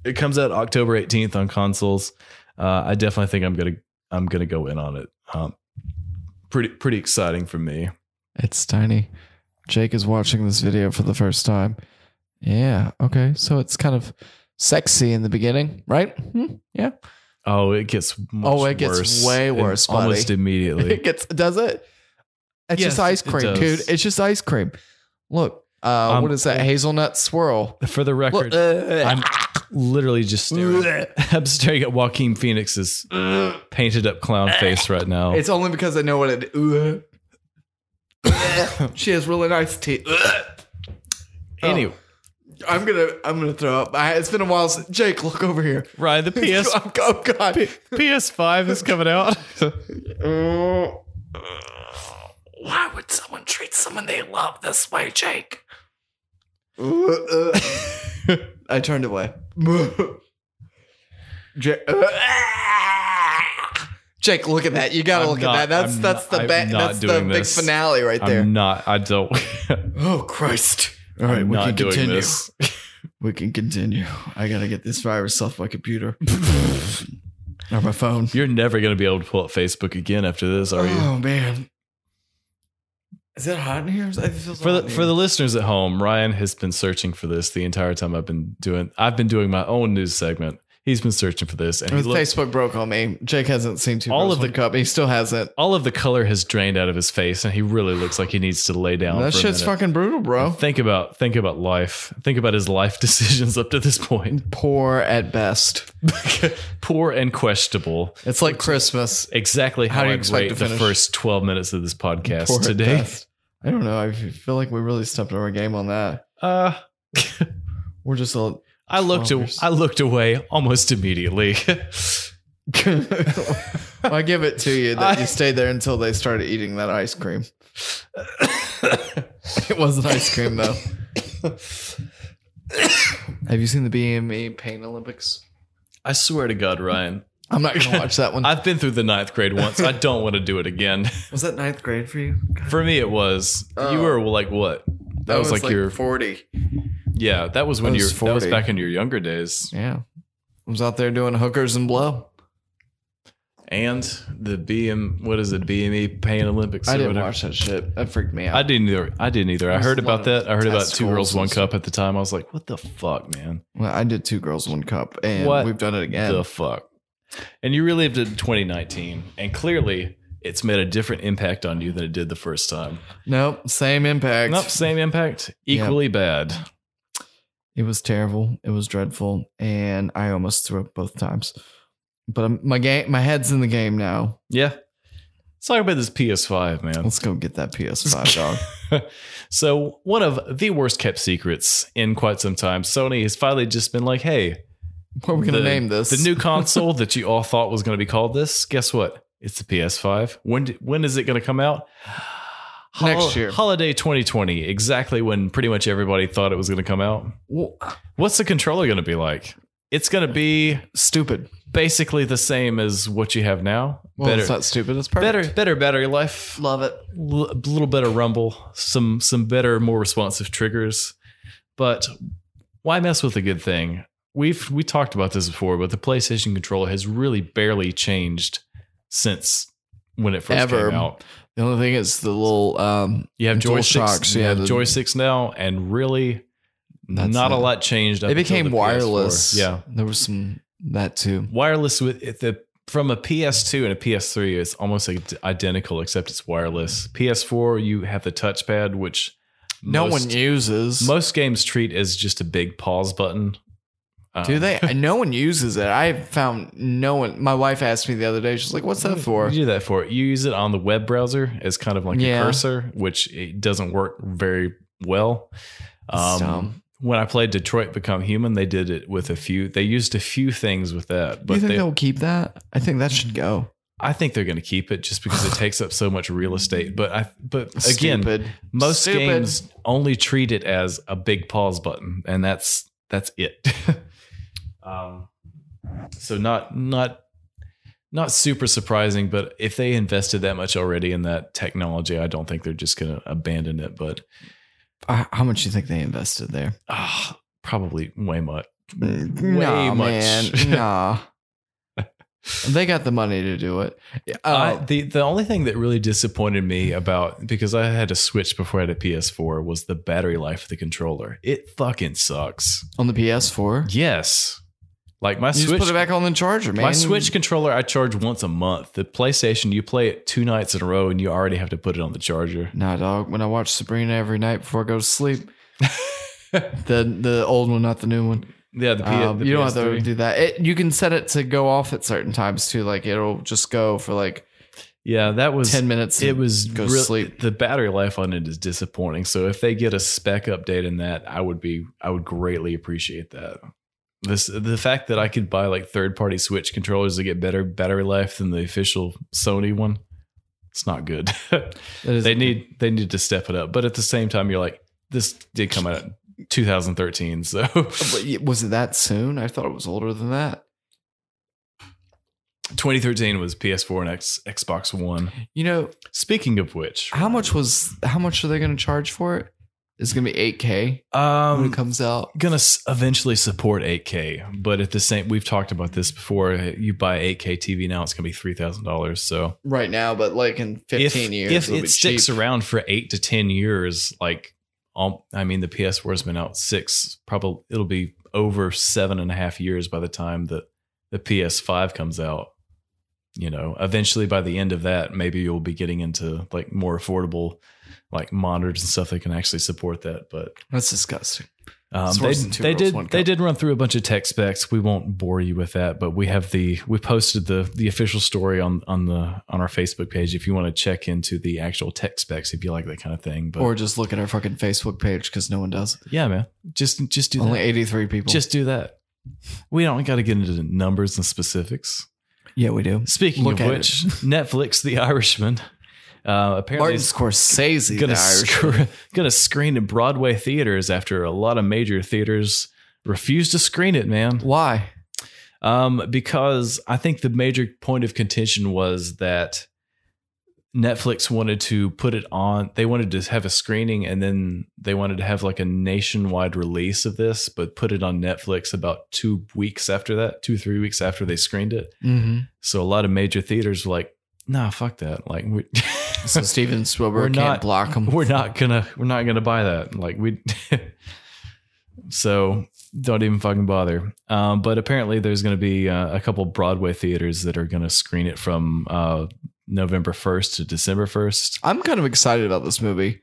[SPEAKER 1] it comes out October 18th on consoles. Uh, I definitely think I'm gonna I'm gonna go in on it. Um, pretty pretty exciting for me.
[SPEAKER 2] It's tiny. Jake is watching this video for the first time. Yeah. Okay. So it's kind of sexy in the beginning, right? (laughs) Hmm, Yeah.
[SPEAKER 1] Oh, it gets much
[SPEAKER 2] Oh, it gets
[SPEAKER 1] worse
[SPEAKER 2] way
[SPEAKER 1] in-
[SPEAKER 2] worse, buddy.
[SPEAKER 1] almost
[SPEAKER 2] It
[SPEAKER 1] immediately.
[SPEAKER 2] gets does it? It's
[SPEAKER 1] Yes,
[SPEAKER 2] just ice
[SPEAKER 1] it
[SPEAKER 2] cream,
[SPEAKER 1] does.
[SPEAKER 2] dude. It's just ice cream. Look, uh,
[SPEAKER 1] Um,
[SPEAKER 2] what is that? Hazelnut swirl.
[SPEAKER 1] For the record,
[SPEAKER 2] Look, uh,
[SPEAKER 1] I'm literally just
[SPEAKER 2] (laughs)
[SPEAKER 1] staring. (laughs) I'm staring at Joaquin Phoenix's
[SPEAKER 2] Uh.
[SPEAKER 1] painted up
[SPEAKER 2] (laughs)
[SPEAKER 1] clown face right now.
[SPEAKER 2] It's only because I know what it. (laughs) Ooh. she has really nice teeth. Oh.
[SPEAKER 1] anyway,
[SPEAKER 2] I'm gonna, I'm gonna throw up. I, it's been a while. Since, Jake, look over here.
[SPEAKER 1] Ryan,
[SPEAKER 2] (laughs)
[SPEAKER 1] the PS
[SPEAKER 2] oh
[SPEAKER 1] (laughs)
[SPEAKER 2] God.
[SPEAKER 1] PS5 is coming
[SPEAKER 2] (laughs)
[SPEAKER 1] out.
[SPEAKER 2] Uh, Why would someone treat someone they love this way, Jake? (laughs) I turned
[SPEAKER 1] (laughs)
[SPEAKER 2] away. Jake, (laughs) Jake, look at that! You gotta
[SPEAKER 1] I'm
[SPEAKER 2] look
[SPEAKER 1] not-
[SPEAKER 2] at that. That's
[SPEAKER 1] I'm
[SPEAKER 2] that's
[SPEAKER 1] not-
[SPEAKER 2] the
[SPEAKER 1] I'm
[SPEAKER 2] ba-
[SPEAKER 1] not
[SPEAKER 2] that's the
[SPEAKER 1] doing
[SPEAKER 2] big
[SPEAKER 1] this.
[SPEAKER 2] finale right there.
[SPEAKER 1] I'm not. I don't. (laughs)
[SPEAKER 2] oh Christ! All
[SPEAKER 1] I'm not doing this.
[SPEAKER 2] (laughs) We can continue. I gotta get this virus off
[SPEAKER 1] (laughs)
[SPEAKER 2] my computer or my phone.
[SPEAKER 1] You're never gonna be able to pull up Facebook again after this, are you?
[SPEAKER 2] Oh man. Is it hot in here? It feels
[SPEAKER 1] For
[SPEAKER 2] hot
[SPEAKER 1] the,
[SPEAKER 2] in
[SPEAKER 1] for
[SPEAKER 2] here.
[SPEAKER 1] the listeners at home, Ryan has been searching for this the entire time I've been doing. I've been doing my own news segment. He's been searching for this, and he
[SPEAKER 2] His
[SPEAKER 1] looked,
[SPEAKER 2] Facebook broke on me. Jake hasn't seen two
[SPEAKER 1] All
[SPEAKER 2] all
[SPEAKER 1] of
[SPEAKER 2] of the
[SPEAKER 1] the-
[SPEAKER 2] cup. He still hasn't.
[SPEAKER 1] all of the color has drained out of his face, and he really looks like he needs to lay down.
[SPEAKER 2] that
[SPEAKER 1] for a
[SPEAKER 2] shit's
[SPEAKER 1] minute.
[SPEAKER 2] fucking brutal, bro.
[SPEAKER 1] Think about think about life. Think about his life (laughs) decisions up to this point.
[SPEAKER 2] Poor at
[SPEAKER 1] (laughs)
[SPEAKER 2] best.
[SPEAKER 1] Poor and questionable.
[SPEAKER 2] It's like Christmas.
[SPEAKER 1] Exactly
[SPEAKER 2] How
[SPEAKER 1] how,
[SPEAKER 2] do you
[SPEAKER 1] I
[SPEAKER 2] expect
[SPEAKER 1] rate
[SPEAKER 2] to
[SPEAKER 1] the
[SPEAKER 2] finish?
[SPEAKER 1] first twelve minutes of this podcast
[SPEAKER 2] Poor at
[SPEAKER 1] today.
[SPEAKER 2] best. I don't know. I feel like we really stepped over our game on that.
[SPEAKER 1] Uh,
[SPEAKER 2] We're just a.
[SPEAKER 1] I looked a,
[SPEAKER 2] Fuckers.
[SPEAKER 1] I looked away almost immediately. (laughs)
[SPEAKER 2] (laughs) I give it to you that
[SPEAKER 1] I-
[SPEAKER 2] you stayed there until they started eating that
[SPEAKER 1] (coughs)
[SPEAKER 2] ice cream.
[SPEAKER 1] (coughs)
[SPEAKER 2] it wasn't ice cream though. Have you seen the BME Pain Olympics?
[SPEAKER 1] I swear to God, Ryan,
[SPEAKER 2] I'm not gonna
[SPEAKER 1] (laughs)
[SPEAKER 2] watch that one.
[SPEAKER 1] I've been through the ninth grade once. I don't want to do it again. (laughs)
[SPEAKER 2] was that ninth grade for you?
[SPEAKER 1] For me, it was you
[SPEAKER 2] Oh.
[SPEAKER 1] were like what? That, was, like, your
[SPEAKER 2] 40.
[SPEAKER 1] yeah. That was when
[SPEAKER 2] I
[SPEAKER 1] you
[SPEAKER 2] was
[SPEAKER 1] were that was
[SPEAKER 2] 40.
[SPEAKER 1] back in your younger days.
[SPEAKER 2] Yeah, I was out there doing hookers and blow.
[SPEAKER 1] And the BM, what is it? BME Pan Olympics.
[SPEAKER 2] I
[SPEAKER 1] or
[SPEAKER 2] didn't
[SPEAKER 1] whatever.
[SPEAKER 2] watch that shit. That freaked me out.
[SPEAKER 1] I didn't either. I didn't either. I
[SPEAKER 2] There's
[SPEAKER 1] heard
[SPEAKER 2] a lot
[SPEAKER 1] about
[SPEAKER 2] of
[SPEAKER 1] that. I heard about
[SPEAKER 2] test
[SPEAKER 1] two girls,
[SPEAKER 2] scores
[SPEAKER 1] one
[SPEAKER 2] and
[SPEAKER 1] cup at the time. I was like, what the fuck, man?
[SPEAKER 2] well, I did two girls, one cup, and
[SPEAKER 1] What
[SPEAKER 2] we've done it again.
[SPEAKER 1] The fuck. And you relived it in 2019, and clearly it's made a different impact on you than it did the first time.
[SPEAKER 2] nope, same impact.
[SPEAKER 1] Nope, same impact,
[SPEAKER 2] Yeah.
[SPEAKER 1] equally bad.
[SPEAKER 2] It was terrible. It was dreadful, and I almost threw up both times. But I'm, my game, my head's in the game now.
[SPEAKER 1] Yeah. Let's talk about this PS5, man.
[SPEAKER 2] Let's go get
[SPEAKER 1] (laughs)
[SPEAKER 2] that PS5, dog.
[SPEAKER 1] so, one of the worst kept secrets in quite some time, Sony has finally just been like, hey,
[SPEAKER 2] What are we gonna
[SPEAKER 1] The-
[SPEAKER 2] name this?
[SPEAKER 1] the new console that you all thought was going to be called this, guess what? It's the PS5. When d- when is it going to come out?
[SPEAKER 2] (sighs) Next year.
[SPEAKER 1] Holiday 2020, exactly when pretty much everybody thought it was going to come out.
[SPEAKER 2] Well,
[SPEAKER 1] What's the controller going to be like? It's going to be
[SPEAKER 2] stupid.
[SPEAKER 1] basically the same as what you have now.
[SPEAKER 2] Well,
[SPEAKER 1] better,
[SPEAKER 2] it's not stupid. It's
[SPEAKER 1] better,
[SPEAKER 2] perfect.
[SPEAKER 1] better battery life, a
[SPEAKER 2] Love it.
[SPEAKER 1] little better rumble, some some better, more responsive triggers. But why mess with a good thing? We've we talked about this before, but the PlayStation controller has really barely changed since when it first
[SPEAKER 2] Ever.
[SPEAKER 1] came out.
[SPEAKER 2] The only thing is the little um,
[SPEAKER 1] You have joysticks,
[SPEAKER 2] DualShocks,
[SPEAKER 1] you
[SPEAKER 2] yeah,
[SPEAKER 1] have
[SPEAKER 2] the-
[SPEAKER 1] joysticks now, and really
[SPEAKER 2] That's
[SPEAKER 1] not a
[SPEAKER 2] it.
[SPEAKER 1] lot changed. up
[SPEAKER 2] it
[SPEAKER 1] until
[SPEAKER 2] became
[SPEAKER 1] the PS4.
[SPEAKER 2] wireless.
[SPEAKER 1] Yeah,
[SPEAKER 2] There was some that too.
[SPEAKER 1] wireless with if the from a PS2 and a PS3 it's almost id- identical except it's wireless. PS4 you have the touchpad which
[SPEAKER 2] No
[SPEAKER 1] most,
[SPEAKER 2] one uses.
[SPEAKER 1] most games treat as just a big pause button. Um, (laughs)
[SPEAKER 2] Do they? no one uses it. I found no one. My wife asked me the other day. She's like, "What's that for?"
[SPEAKER 1] You do that for it. You use it on the web browser as kind of like
[SPEAKER 2] Yeah.
[SPEAKER 1] a cursor, which it doesn't work very well. Um,
[SPEAKER 2] It's dumb.
[SPEAKER 1] when I played Detroit Become Human, they did it with a few. They used a few things with that,
[SPEAKER 2] Do
[SPEAKER 1] but
[SPEAKER 2] you think
[SPEAKER 1] they,
[SPEAKER 2] they, will keep that? I think that should go.
[SPEAKER 1] I think they're going to keep it just because it takes up so much real estate. But I, but again,
[SPEAKER 2] Stupid.
[SPEAKER 1] most
[SPEAKER 2] Stupid.
[SPEAKER 1] games only treat it as a big pause button and that's that's it (laughs) um, so not not not super surprising but if they invested that much already in that technology i don't think they're just going to abandon it but
[SPEAKER 2] Uh, How much do you think they invested there?
[SPEAKER 1] ah, probably way much
[SPEAKER 2] Way
[SPEAKER 1] Mm, Way much. (laughs)
[SPEAKER 2] nah. they got the money to do it.
[SPEAKER 1] I,
[SPEAKER 2] Uh,
[SPEAKER 1] the the only thing that really disappointed me about because I had a Switch before I had a PS4 was the battery life of the controller. It fucking sucks.
[SPEAKER 2] on the PS4,
[SPEAKER 1] Yes, like my
[SPEAKER 2] you just
[SPEAKER 1] Switch
[SPEAKER 2] put it back on the charger, man.
[SPEAKER 1] My Switch controller, I charge once a month. The PlayStation, you play it two nights in a row, and you already have to put it on the charger.
[SPEAKER 2] Nah, dog. When I watch Sabrina every night before I go
[SPEAKER 1] (laughs)
[SPEAKER 2] to sleep, the the old one, not the new one.
[SPEAKER 1] Yeah, the, P-
[SPEAKER 2] Um,
[SPEAKER 1] the
[SPEAKER 2] you don't have
[SPEAKER 1] PS3.
[SPEAKER 2] to do that. It, you can set it to go off at certain times too. Like it'll just go for like
[SPEAKER 1] yeah, that was
[SPEAKER 2] ten minutes.
[SPEAKER 1] It was
[SPEAKER 2] go
[SPEAKER 1] real-
[SPEAKER 2] sleep.
[SPEAKER 1] The battery life on it is disappointing. So if they get a spec update in that, I would be, I would greatly appreciate that. This the fact that I could buy like third party Switch controllers to get better battery life than the official Sony one. It's not good. (laughs)
[SPEAKER 2] That is-
[SPEAKER 1] they need they need to step it up. But at the same time, you're like, this did come out in 2013, so (laughs)
[SPEAKER 2] But y- Was it that soon? I thought it was older than that.
[SPEAKER 1] 2013 was PS4 and X, Xbox One.
[SPEAKER 2] You know
[SPEAKER 1] Speaking of which,
[SPEAKER 2] how much was how much are they going to charge for it? It's going to be eight K when it
[SPEAKER 1] um,
[SPEAKER 2] comes out.
[SPEAKER 1] gonna s- eventually support 8K, but at the same, we've talked about this before. You buy 8K TV now, it's gonna be three thousand dollars. So
[SPEAKER 2] Right now, but like in
[SPEAKER 1] if,
[SPEAKER 2] fifteen years,
[SPEAKER 1] if
[SPEAKER 2] it'll
[SPEAKER 1] it
[SPEAKER 2] be
[SPEAKER 1] sticks
[SPEAKER 2] cheap.
[SPEAKER 1] around for eight to ten years, like all, I mean, the PS4 has been out six, probably it'll be over seven and a half years by the time that the PS5 comes out. You know, eventually by the end of that, maybe you'll be getting into like more affordable, like monitors and stuff that can actually support that. But
[SPEAKER 2] that's disgusting.
[SPEAKER 1] um,
[SPEAKER 2] It's
[SPEAKER 1] they
[SPEAKER 2] worse than two
[SPEAKER 1] they
[SPEAKER 2] girls,
[SPEAKER 1] did
[SPEAKER 2] one
[SPEAKER 1] they
[SPEAKER 2] cup.
[SPEAKER 1] did run through a bunch of tech specs. We won't bore you with that, but we have the we posted the the official story on on the on our Facebook page if you want to check into the actual tech specs if you like that kind of thing. But
[SPEAKER 2] or just look at our fucking Facebook page because no one does.
[SPEAKER 1] yeah, man, just just do
[SPEAKER 2] Only
[SPEAKER 1] that.
[SPEAKER 2] eighty three people.
[SPEAKER 1] Just do that. We don't got to get into the numbers and specifics.
[SPEAKER 2] yeah, we do.
[SPEAKER 1] Speaking
[SPEAKER 2] Look
[SPEAKER 1] of
[SPEAKER 2] at
[SPEAKER 1] which, Netflix, The Irishman, uh, apparently
[SPEAKER 2] Martin
[SPEAKER 1] is
[SPEAKER 2] Scorsese, the
[SPEAKER 1] gonna
[SPEAKER 2] Irish.
[SPEAKER 1] sc- gonna screen in Broadway theaters after a lot of major theaters Refuse to screen it, man.
[SPEAKER 2] (laughs) Why?
[SPEAKER 1] Um, because I think the major point of contention was that Netflix wanted to put it on. They wanted to have a screening, and then they wanted to have like a nationwide release of this, but put it on Netflix about two weeks after that, two three weeks after they screened it.
[SPEAKER 2] Mm-hmm.
[SPEAKER 1] So a lot of major theaters were like, "Nah, fuck that." Like we.
[SPEAKER 2] So Steven
[SPEAKER 1] (laughs)
[SPEAKER 2] Spielberg
[SPEAKER 1] We're
[SPEAKER 2] can't
[SPEAKER 1] not-
[SPEAKER 2] block
[SPEAKER 1] (laughs)
[SPEAKER 2] him.
[SPEAKER 1] we're not gonna we're not gonna buy that like we (laughs) so don't even fucking bother um, but apparently there's gonna be uh, a couple broadway theaters that are gonna screen it from uh, november 1st to december 1st
[SPEAKER 2] I'm kind of excited about this movie.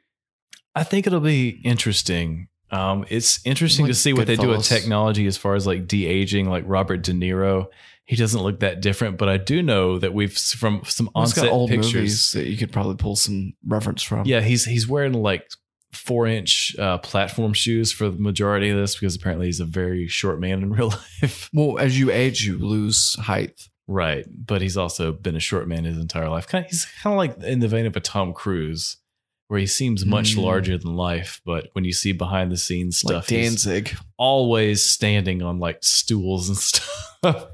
[SPEAKER 1] i think it'll be interesting um, it's interesting to
[SPEAKER 2] Like
[SPEAKER 1] see what they do with
[SPEAKER 2] Goodfellas.
[SPEAKER 1] technology as far as like de-aging like robert de niro he doesn't look that different but i do know that we've s- from some
[SPEAKER 2] It's
[SPEAKER 1] onset
[SPEAKER 2] got old
[SPEAKER 1] pictures
[SPEAKER 2] movies that you could probably pull some reference from.
[SPEAKER 1] Yeah, he's he's wearing like four inch uh, platform shoes for the majority of this because apparently he's a very short man in (laughs) real life.
[SPEAKER 2] Well, as you age, you lose height.
[SPEAKER 1] right, but he's also been a short man his entire life. Kind of, he's kind of like in the vein of a Tom Cruise, where he seems much
[SPEAKER 2] Mm.
[SPEAKER 1] larger than life, but when you see behind the scenes
[SPEAKER 2] Like
[SPEAKER 1] stuff, he's
[SPEAKER 2] Danzig.
[SPEAKER 1] always standing on like stools and (laughs) stuff.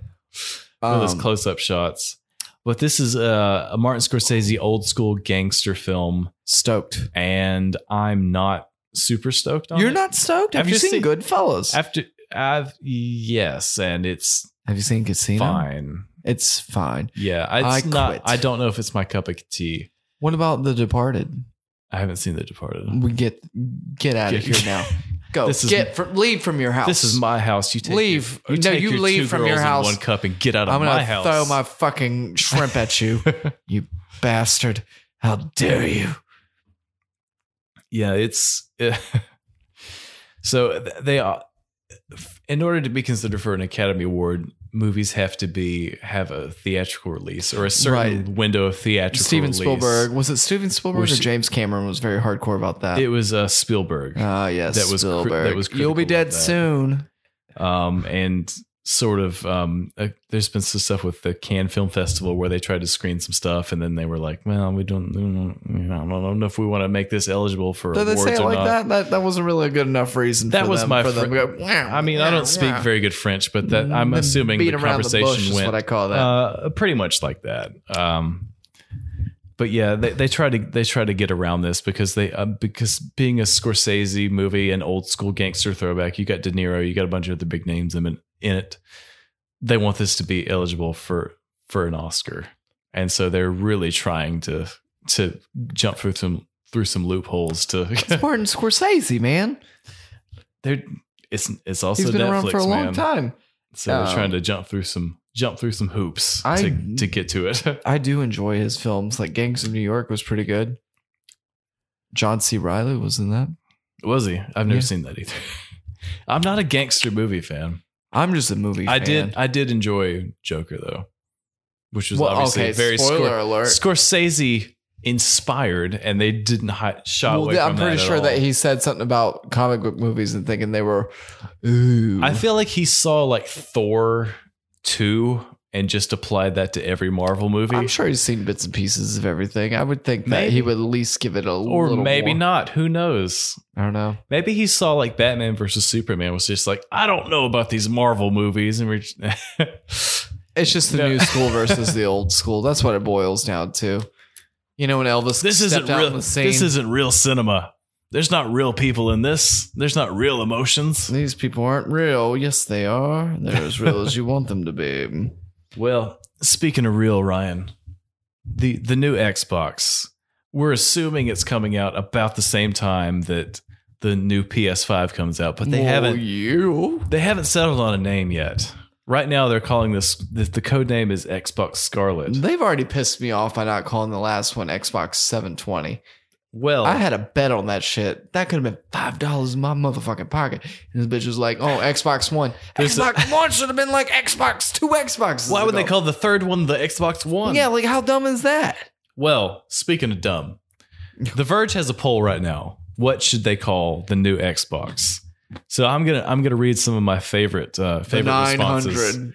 [SPEAKER 1] One of those
[SPEAKER 2] Um,
[SPEAKER 1] close up shots. But this is uh, a Martin Scorsese old school gangster film,
[SPEAKER 2] stoked.
[SPEAKER 1] and I'm not super stoked on
[SPEAKER 2] You're
[SPEAKER 1] it.
[SPEAKER 2] not stoked? Have
[SPEAKER 1] I've
[SPEAKER 2] you
[SPEAKER 1] just
[SPEAKER 2] seen
[SPEAKER 1] seen-
[SPEAKER 2] Goodfellas?
[SPEAKER 1] After I've yes, and it's
[SPEAKER 2] Have you seen Casino?
[SPEAKER 1] fine.
[SPEAKER 2] It's fine.
[SPEAKER 1] Yeah, it's
[SPEAKER 2] I
[SPEAKER 1] not.
[SPEAKER 2] quit.
[SPEAKER 1] I don't know if it's my cup of tea.
[SPEAKER 2] What about The Departed?
[SPEAKER 1] I haven't seen The Departed.
[SPEAKER 2] We get get out of
[SPEAKER 1] Get- (laughs)
[SPEAKER 2] here now. Go.
[SPEAKER 1] This is-
[SPEAKER 2] get from, leave from your house.
[SPEAKER 1] This is my house. You take
[SPEAKER 2] Leave.
[SPEAKER 1] Your, you
[SPEAKER 2] No,
[SPEAKER 1] take
[SPEAKER 2] you
[SPEAKER 1] your
[SPEAKER 2] leave
[SPEAKER 1] two
[SPEAKER 2] from
[SPEAKER 1] girls
[SPEAKER 2] your
[SPEAKER 1] and
[SPEAKER 2] house.
[SPEAKER 1] one cup and get out of
[SPEAKER 2] I'm gonna
[SPEAKER 1] my house. (laughs)
[SPEAKER 2] throw my fucking shrimp at you, you bastard! How dare you?
[SPEAKER 1] yeah, it's eh, (laughs) so th- they are. In order to be considered for an Academy Award, movies have to be have a theatrical release or a certain window of theatrical.
[SPEAKER 2] Steven
[SPEAKER 1] release.
[SPEAKER 2] Spielberg was it? Steven Spielberg
[SPEAKER 1] Was
[SPEAKER 2] or
[SPEAKER 1] she-
[SPEAKER 2] James Cameron was very hardcore about that.
[SPEAKER 1] It was uh, Spielberg.
[SPEAKER 2] Ah, yes,
[SPEAKER 1] that was cri-
[SPEAKER 2] Spielberg.
[SPEAKER 1] that was
[SPEAKER 2] You'll be
[SPEAKER 1] critical of
[SPEAKER 2] dead
[SPEAKER 1] that.
[SPEAKER 2] soon.
[SPEAKER 1] um, and sort of um, uh, there's been some stuff with the Cannes Film Festival where they tried to screen some stuff, and then they were like, "Well, we don't, we don't you know, I don't know if we want to make this eligible for
[SPEAKER 2] Did they
[SPEAKER 1] awards
[SPEAKER 2] say it
[SPEAKER 1] or
[SPEAKER 2] like
[SPEAKER 1] not."
[SPEAKER 2] that? That that wasn't really a good enough reason.
[SPEAKER 1] That
[SPEAKER 2] for
[SPEAKER 1] was
[SPEAKER 2] them,
[SPEAKER 1] my
[SPEAKER 2] For them
[SPEAKER 1] fr-
[SPEAKER 2] to go, "Wow,
[SPEAKER 1] I mean, I
[SPEAKER 2] yeah,
[SPEAKER 1] don't speak
[SPEAKER 2] yeah."
[SPEAKER 1] very good French, but that I'm
[SPEAKER 2] Mm,
[SPEAKER 1] assuming
[SPEAKER 2] beat
[SPEAKER 1] the
[SPEAKER 2] around
[SPEAKER 1] conversation
[SPEAKER 2] bush is
[SPEAKER 1] went
[SPEAKER 2] what I call that.
[SPEAKER 1] uh, pretty much like that. Um, but yeah, they, they try to they try to get around this because they uh, because being a Scorsese movie, an old school gangster throwback, you got De Niro, you got a bunch of the big names in, in it. They want this to be eligible for for an Oscar, and so they're really trying to to jump through some through some loopholes
[SPEAKER 2] it's
[SPEAKER 1] to. (laughs)
[SPEAKER 2] Martin Scorsese, man.
[SPEAKER 1] they're it's it's (laughs) also
[SPEAKER 2] He's been
[SPEAKER 1] Netflix,
[SPEAKER 2] around for a long
[SPEAKER 1] man.
[SPEAKER 2] time.
[SPEAKER 1] So
[SPEAKER 2] Um,
[SPEAKER 1] they're trying to jump through some jump through some hoops
[SPEAKER 2] I-
[SPEAKER 1] to to get to it. (laughs)
[SPEAKER 2] I do enjoy his films. Like Gangs of New York was pretty good. John C. Riley was in that.
[SPEAKER 1] Was he? I've never
[SPEAKER 2] Yeah.
[SPEAKER 1] seen that either. (laughs) I'm not a gangster movie fan.
[SPEAKER 2] I'm just a movie.
[SPEAKER 1] I
[SPEAKER 2] fan.
[SPEAKER 1] did I did enjoy Joker though, which was
[SPEAKER 2] Well,
[SPEAKER 1] obviously
[SPEAKER 2] okay.
[SPEAKER 1] very
[SPEAKER 2] spoiler
[SPEAKER 1] Scor-
[SPEAKER 2] alert.
[SPEAKER 1] Scorsese inspired, and they didn't hi- shot
[SPEAKER 2] Well,
[SPEAKER 1] away
[SPEAKER 2] th-
[SPEAKER 1] from
[SPEAKER 2] I'm pretty
[SPEAKER 1] that at
[SPEAKER 2] sure that
[SPEAKER 1] all.
[SPEAKER 2] he said something about comic book movies and thinking they were. Ooh,
[SPEAKER 1] I feel like he saw like Thor two and just applied that to every Marvel movie,
[SPEAKER 2] I'm sure he's seen bits and pieces of everything. I would think that he
[SPEAKER 1] Maybe.
[SPEAKER 2] would at least give it a
[SPEAKER 1] or
[SPEAKER 2] little
[SPEAKER 1] maybe
[SPEAKER 2] more.
[SPEAKER 1] not. Who knows?
[SPEAKER 2] I don't know.
[SPEAKER 1] Maybe he saw like Batman versus Superman was just like, I don't know about these Marvel movies, and we're (laughs) just-
[SPEAKER 2] It's just the
[SPEAKER 1] No.
[SPEAKER 2] new
[SPEAKER 1] (laughs)
[SPEAKER 2] school versus the old school. That's what it boils down to. You know when Elvis
[SPEAKER 1] this
[SPEAKER 2] stepped
[SPEAKER 1] isn't
[SPEAKER 2] out
[SPEAKER 1] real.
[SPEAKER 2] on the scene.
[SPEAKER 1] This isn't real cinema. There's not real people in this. There's not real emotions.
[SPEAKER 2] These people aren't real. Yes, they are. They're as real as you want them to be.
[SPEAKER 1] Well, speaking of real, Ryan, the the new Xbox. We're assuming it's coming out about the same time that the new PS5 comes out, but they
[SPEAKER 2] Well,
[SPEAKER 1] haven't
[SPEAKER 2] You.
[SPEAKER 1] they haven't settled on a name yet. Right now, they're calling this the, the code name is Xbox Scarlet.
[SPEAKER 2] They've already pissed me off by not calling the last one Xbox 720.
[SPEAKER 1] Well,
[SPEAKER 2] I had a bet on that shit. That could have been five dollars in my motherfucking pocket. And this bitch was like, "Oh, Xbox One.
[SPEAKER 1] There's a-
[SPEAKER 2] Xbox One should have been like Xbox Two Xboxes."
[SPEAKER 1] Why would they
[SPEAKER 2] ago."
[SPEAKER 1] call the third one the Xbox One?
[SPEAKER 2] Yeah, like how dumb is that?
[SPEAKER 1] Well, speaking of
[SPEAKER 2] (laughs)
[SPEAKER 1] dumb, The Verge has a poll right now. What should they call the new Xbox? So I'm gonna I'm gonna read some of my favorite uh, favorite responses.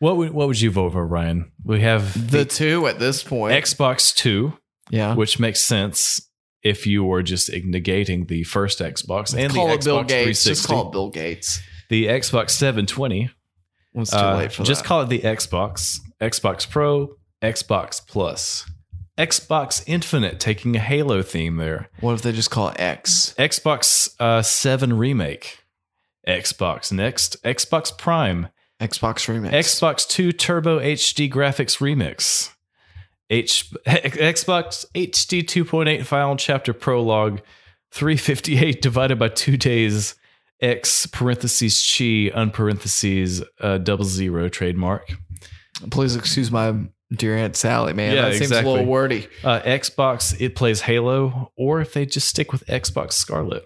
[SPEAKER 1] What would what would you vote for, Ryan? We have
[SPEAKER 2] The two at this point.
[SPEAKER 1] Xbox Two,
[SPEAKER 2] yeah.
[SPEAKER 1] which makes sense. if you were just negating the first Xbox and
[SPEAKER 2] call
[SPEAKER 1] the
[SPEAKER 2] it
[SPEAKER 1] Xbox
[SPEAKER 2] Bill Gates.
[SPEAKER 1] 360,
[SPEAKER 2] Just call it Bill Gates.
[SPEAKER 1] the Xbox 720.
[SPEAKER 2] Well, It's too
[SPEAKER 1] Uh,
[SPEAKER 2] late for
[SPEAKER 1] just
[SPEAKER 2] that.
[SPEAKER 1] call it the Xbox, Xbox Pro, Xbox Plus, Xbox Infinite, taking a Halo theme there.
[SPEAKER 2] what if they just call it X?
[SPEAKER 1] Xbox uh, Seven Remake, Xbox Next, Xbox Prime,
[SPEAKER 2] Xbox Remix.
[SPEAKER 1] Xbox Two Turbo HD Graphics Remix, H- (laughs) Xbox HD 2.8 Final Chapter Prologue, 358 divided by two days. X parentheses chi unparentheses uh, double zero trademark.
[SPEAKER 2] Please excuse my dear Aunt Sally, man.
[SPEAKER 1] Yeah,
[SPEAKER 2] that seems a
[SPEAKER 1] exactly.
[SPEAKER 2] little wordy.
[SPEAKER 1] uh, Xbox, it plays Halo, or if they just stick with Xbox Scarlet.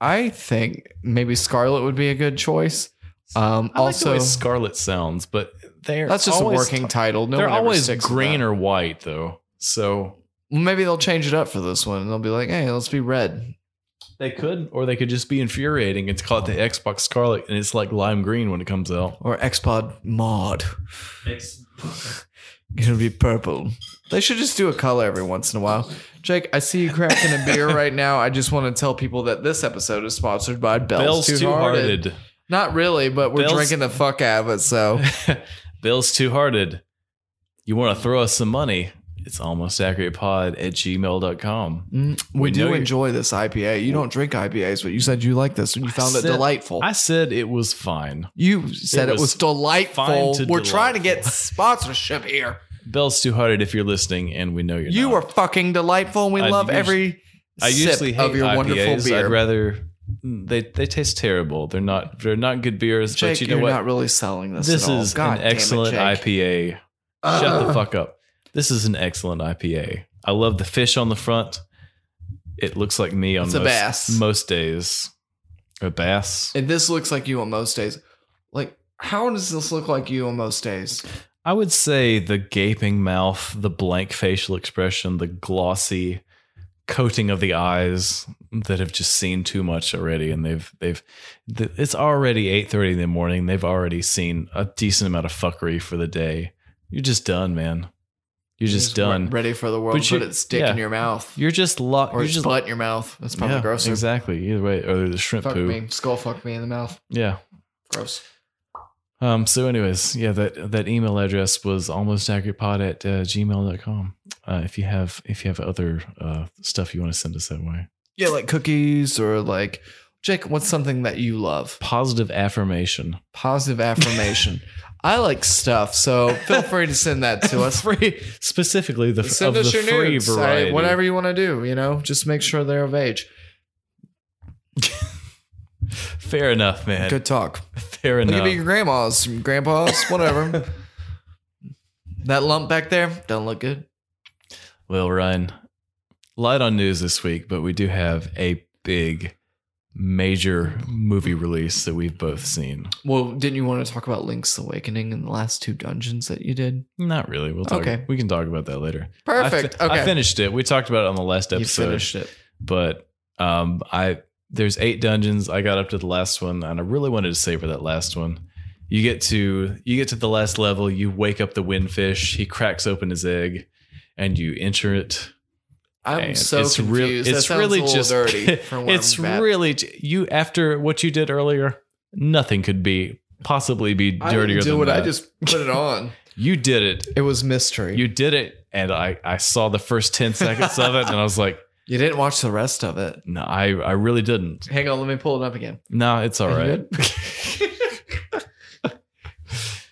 [SPEAKER 2] I think maybe Scarlet would be a good choice. Um,
[SPEAKER 1] I like the
[SPEAKER 2] also,
[SPEAKER 1] way Scarlet sounds, but they're
[SPEAKER 2] that's just
[SPEAKER 1] always-
[SPEAKER 2] a working title. No
[SPEAKER 1] they're
[SPEAKER 2] one ever
[SPEAKER 1] always
[SPEAKER 2] sticks with
[SPEAKER 1] green
[SPEAKER 2] that.
[SPEAKER 1] or white, though. So
[SPEAKER 2] maybe they'll change it up for this one. and They'll be like, "Hey, let's be red."
[SPEAKER 1] they could, or they could just be infuriating. It's called the Xbox Scarlet, and it's like lime green when it comes out.
[SPEAKER 2] or Xpod mod. Gonna be purple. They should just do a color every once in a while. Jake, I see you cracking
[SPEAKER 1] (laughs)
[SPEAKER 2] a beer right now. I just want to tell people that this episode is sponsored by Bell's,
[SPEAKER 1] Bell's
[SPEAKER 2] Two Hearted. Not really, but we're
[SPEAKER 1] Bell's-
[SPEAKER 2] drinking the fuck out of it.
[SPEAKER 1] (laughs)
[SPEAKER 2] So
[SPEAKER 1] Bill's Two Hearted. You want to throw us some money? It's almost accurate pod at gmail.com.
[SPEAKER 2] Mm, we,
[SPEAKER 1] We know
[SPEAKER 2] do
[SPEAKER 1] you-
[SPEAKER 2] enjoy this IPA. You don't drink IPAs, but you said you like this and you found it
[SPEAKER 1] said-
[SPEAKER 2] delightful.
[SPEAKER 1] I said it was fine.
[SPEAKER 2] you
[SPEAKER 1] It
[SPEAKER 2] said it
[SPEAKER 1] was
[SPEAKER 2] was, delightful.
[SPEAKER 1] fine to
[SPEAKER 2] We're trying to
[SPEAKER 1] delightful. (laughs)
[SPEAKER 2] get sponsorship here.
[SPEAKER 1] Bell's Two Hearted, if you're listening, and we know you're
[SPEAKER 2] you
[SPEAKER 1] not.
[SPEAKER 2] are fucking delightful, and we
[SPEAKER 1] I
[SPEAKER 2] love
[SPEAKER 1] usually-
[SPEAKER 2] every
[SPEAKER 1] I
[SPEAKER 2] sip
[SPEAKER 1] usually hate
[SPEAKER 2] of your
[SPEAKER 1] IPAs.
[SPEAKER 2] wonderful beer.
[SPEAKER 1] I'd rather they they taste terrible. They're not they're not good beers.
[SPEAKER 2] Jake,
[SPEAKER 1] but you
[SPEAKER 2] you
[SPEAKER 1] know
[SPEAKER 2] are
[SPEAKER 1] what?
[SPEAKER 2] not really selling this.
[SPEAKER 1] this
[SPEAKER 2] at all.
[SPEAKER 1] is an
[SPEAKER 2] God damn it,
[SPEAKER 1] excellent
[SPEAKER 2] Jake. Uh,
[SPEAKER 1] IPA. Shut the fuck up. This is an excellent IPA. I love the fish on the front. It looks like me on
[SPEAKER 2] It's a
[SPEAKER 1] most,
[SPEAKER 2] bass.
[SPEAKER 1] most days. A bass.
[SPEAKER 2] And this looks like you on most days. Like, how does this look like you on most days?
[SPEAKER 1] I would say the gaping mouth, the blank facial expression, the glossy coating of the eyes that have just seen too much already, and they've they've th- it's already eight thirty in the morning. They've already seen a decent amount of fuckery for the day. You're just done, man. You're just,
[SPEAKER 2] re-
[SPEAKER 1] done.
[SPEAKER 2] ready for the world.
[SPEAKER 1] But you-
[SPEAKER 2] put its dick
[SPEAKER 1] yeah.
[SPEAKER 2] in your mouth
[SPEAKER 1] You're just locked.
[SPEAKER 2] or
[SPEAKER 1] You're
[SPEAKER 2] its
[SPEAKER 1] just
[SPEAKER 2] butt in your mouth. That's probably
[SPEAKER 1] yeah,
[SPEAKER 2] grosser.
[SPEAKER 1] Exactly. Either way, or the shrimp
[SPEAKER 2] Fuck
[SPEAKER 1] poo.
[SPEAKER 2] me. Skull fuck me in the mouth.
[SPEAKER 1] Yeah.
[SPEAKER 2] Gross.
[SPEAKER 1] Um, so anyways, yeah, that, that email address was almost accurate at uh, gmail.com. Uh, if you have, if you have other, uh, stuff you want to send us that way,
[SPEAKER 2] Yeah, like cookies or like Jake. What's something that you love?
[SPEAKER 1] positive affirmation, (laughs)
[SPEAKER 2] Positive affirmation. I like stuff, so feel free to send that
[SPEAKER 1] (laughs)
[SPEAKER 2] to us.
[SPEAKER 1] free, specifically the, of
[SPEAKER 2] Send
[SPEAKER 1] the
[SPEAKER 2] us your
[SPEAKER 1] free
[SPEAKER 2] nudes,
[SPEAKER 1] variety.
[SPEAKER 2] I- whatever you want to do. You know, just make sure they're of age.
[SPEAKER 1] Fair enough, man.
[SPEAKER 2] Good talk.
[SPEAKER 1] Fair
[SPEAKER 2] Look
[SPEAKER 1] enough.
[SPEAKER 2] at your grandmas, your grandpas, whatever. (laughs) that lump back there don't look good.
[SPEAKER 1] Well, Ryan, light on news this week, but we do have a big, major movie release that we've both seen.
[SPEAKER 2] Well, didn't you want to talk about Link's Awakening and the last two dungeons that you did?
[SPEAKER 1] Not really. We'll talk.
[SPEAKER 2] Okay.
[SPEAKER 1] We can talk about that later. I fi-
[SPEAKER 2] Perfect. okay,
[SPEAKER 1] I finished it. We talked about it on the last
[SPEAKER 2] you
[SPEAKER 1] episode,
[SPEAKER 2] finished it.
[SPEAKER 1] but um, I there's eight dungeons. I got up to the last one, and I really wanted to savor that last one. You get to you get to the last level. You wake up the windfish. He cracks open his egg, and you enter it.
[SPEAKER 2] I'm
[SPEAKER 1] and
[SPEAKER 2] so
[SPEAKER 1] it's
[SPEAKER 2] confused.
[SPEAKER 1] real-
[SPEAKER 2] that
[SPEAKER 1] it's
[SPEAKER 2] sounds
[SPEAKER 1] really
[SPEAKER 2] a little
[SPEAKER 1] just (laughs)
[SPEAKER 2] dirty. From where
[SPEAKER 1] it's
[SPEAKER 2] I'm at.
[SPEAKER 1] really j- you after what you did earlier. Nothing could be possibly be
[SPEAKER 2] I didn't
[SPEAKER 1] dirtier
[SPEAKER 2] do
[SPEAKER 1] than
[SPEAKER 2] it.
[SPEAKER 1] that.
[SPEAKER 2] I just put it on.
[SPEAKER 1] you did it.
[SPEAKER 2] (laughs) it was mystery.
[SPEAKER 1] You did it, and I I saw the first
[SPEAKER 2] (laughs)
[SPEAKER 1] ten seconds of it, and I was like,
[SPEAKER 2] you didn't watch the rest of it.
[SPEAKER 1] no, I I really didn't.
[SPEAKER 2] Hang on, let me pull it up again.
[SPEAKER 1] No, it's all
[SPEAKER 2] Are you
[SPEAKER 1] right. (laughs)
[SPEAKER 2] (laughs)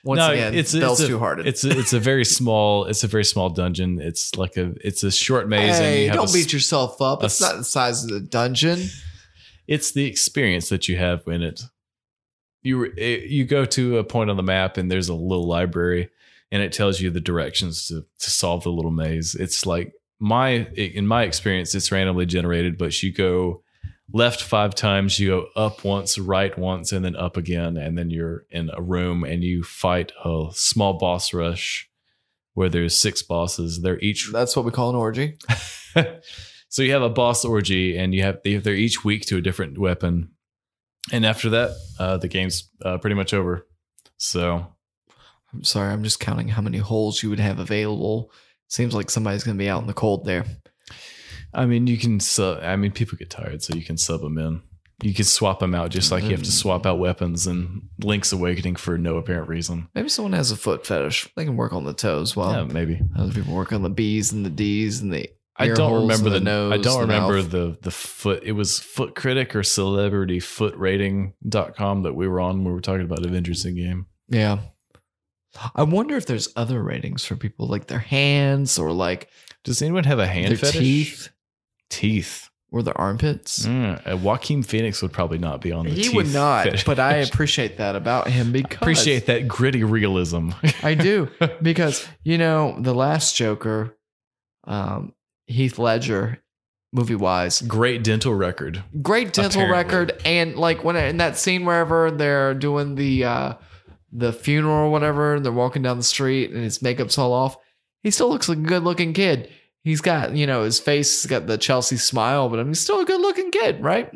[SPEAKER 2] Once
[SPEAKER 1] No,
[SPEAKER 2] again,
[SPEAKER 1] it's-
[SPEAKER 2] it's,
[SPEAKER 1] it's
[SPEAKER 2] Bell's
[SPEAKER 1] a-
[SPEAKER 2] too hearted.
[SPEAKER 1] It's a, it's a very small it's a very small dungeon. It's like a it's a short maze. and
[SPEAKER 2] Hey,
[SPEAKER 1] you have
[SPEAKER 2] don't
[SPEAKER 1] a s-
[SPEAKER 2] beat yourself up.
[SPEAKER 1] a s-
[SPEAKER 2] It's not the size of the dungeon.
[SPEAKER 1] It's the experience that you have in it. You re- it, you go to a point on the map and there's a little library and it tells you the directions to to solve the little maze. It's like my in my experience it's randomly generated, but you go left five times, you go up once, right once, and then up again, and then you're in a room and you fight a small boss rush where there's six bosses. They're each
[SPEAKER 2] That's what we call an orgy.
[SPEAKER 1] (laughs) so you have a boss orgy, and you have they- they're each weak to a different weapon, and after that, uh, the game's uh, pretty much over. So
[SPEAKER 2] I'm sorry, I'm just counting how many holes you would have available. Seems like somebody's going to be out in the cold there.
[SPEAKER 1] I mean, you can sub. I mean, people get tired, so you can sub them in. You can swap them out, just like you have
[SPEAKER 2] Mm-hmm.
[SPEAKER 1] to swap out weapons and Link's Awakening for no apparent reason.
[SPEAKER 2] Maybe someone has a foot fetish. They can work on the toes while
[SPEAKER 1] yeah, maybe.
[SPEAKER 2] other people work on the B's and the D's and the.
[SPEAKER 1] I
[SPEAKER 2] ear
[SPEAKER 1] don't
[SPEAKER 2] holes
[SPEAKER 1] remember
[SPEAKER 2] and
[SPEAKER 1] the,
[SPEAKER 2] nose.
[SPEAKER 1] I don't
[SPEAKER 2] and the
[SPEAKER 1] remember
[SPEAKER 2] mouth.
[SPEAKER 1] the the foot. It was Foot Critic or Celebrity Foot Rating.com that we were on when we were talking about Avengers in game.
[SPEAKER 2] Yeah. I wonder if there's other ratings for people like their hands or like
[SPEAKER 1] Does anyone have a hand
[SPEAKER 2] their
[SPEAKER 1] fetish?
[SPEAKER 2] teeth
[SPEAKER 1] Teeth.
[SPEAKER 2] or their armpits.
[SPEAKER 1] Mm, uh, Joaquin Phoenix would probably not be on the
[SPEAKER 2] He
[SPEAKER 1] teeth
[SPEAKER 2] would
[SPEAKER 1] (laughs)
[SPEAKER 2] not,
[SPEAKER 1] fetish.
[SPEAKER 2] but I appreciate that about him because
[SPEAKER 1] (laughs) appreciate that gritty realism.
[SPEAKER 2] I do because you know the last Joker, um, Heath Ledger, movie
[SPEAKER 1] (laughs)
[SPEAKER 2] wise,
[SPEAKER 1] Great dental record.
[SPEAKER 2] great dental
[SPEAKER 1] Apparently.
[SPEAKER 2] record and like when in that scene wherever they're doing the uh the funeral or whatever and they're walking down the street and his makeup's all off he still looks like a good looking kid he's got you know his face has got the chelsea smile but i mean he's still a good looking kid right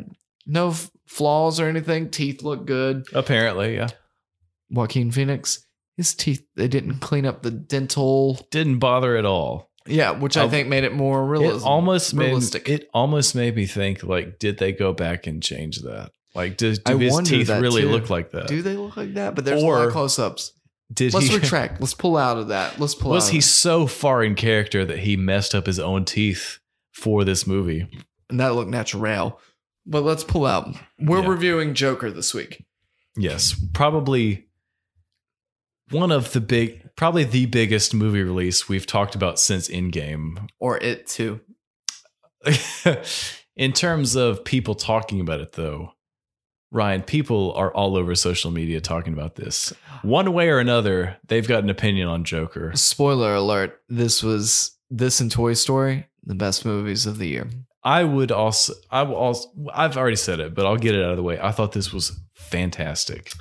[SPEAKER 2] no f- flaws or anything teeth look good
[SPEAKER 1] Apparently, yeah.
[SPEAKER 2] joaquin phoenix his teeth they didn't clean up the dental
[SPEAKER 1] Didn't bother at all.
[SPEAKER 2] yeah which i
[SPEAKER 1] Um,
[SPEAKER 2] think made it more
[SPEAKER 1] It
[SPEAKER 2] realistic
[SPEAKER 1] almost made
[SPEAKER 2] realistic.
[SPEAKER 1] it almost made me think like, did they go back and change that? Like, did,
[SPEAKER 2] I
[SPEAKER 1] do his
[SPEAKER 2] wonder
[SPEAKER 1] teeth
[SPEAKER 2] that
[SPEAKER 1] really
[SPEAKER 2] too.
[SPEAKER 1] look like that?
[SPEAKER 2] do they look like that but there's a lot
[SPEAKER 1] Or-
[SPEAKER 2] of close-ups
[SPEAKER 1] did
[SPEAKER 2] let's
[SPEAKER 1] he? (laughs)
[SPEAKER 2] retract let's pull out of that let's pull out
[SPEAKER 1] was
[SPEAKER 2] of
[SPEAKER 1] he
[SPEAKER 2] that.
[SPEAKER 1] so far in character that he messed up his own teeth for this movie?
[SPEAKER 2] and that looked natural. But let's pull out. We're
[SPEAKER 1] Yeah.
[SPEAKER 2] reviewing Joker this week.
[SPEAKER 1] Yes, probably one of the big, probably the biggest movie release we've talked about since Endgame. (laughs)
[SPEAKER 2] Or it too.
[SPEAKER 1] in terms of people talking about it though ryan people are all over social media talking about this one way or another they've got an opinion on joker
[SPEAKER 2] Spoiler alert, this was this and Toy Story, the best movies of the year.
[SPEAKER 1] i would also i will also i've already said it but i'll get it out of the way i thought this was fantastic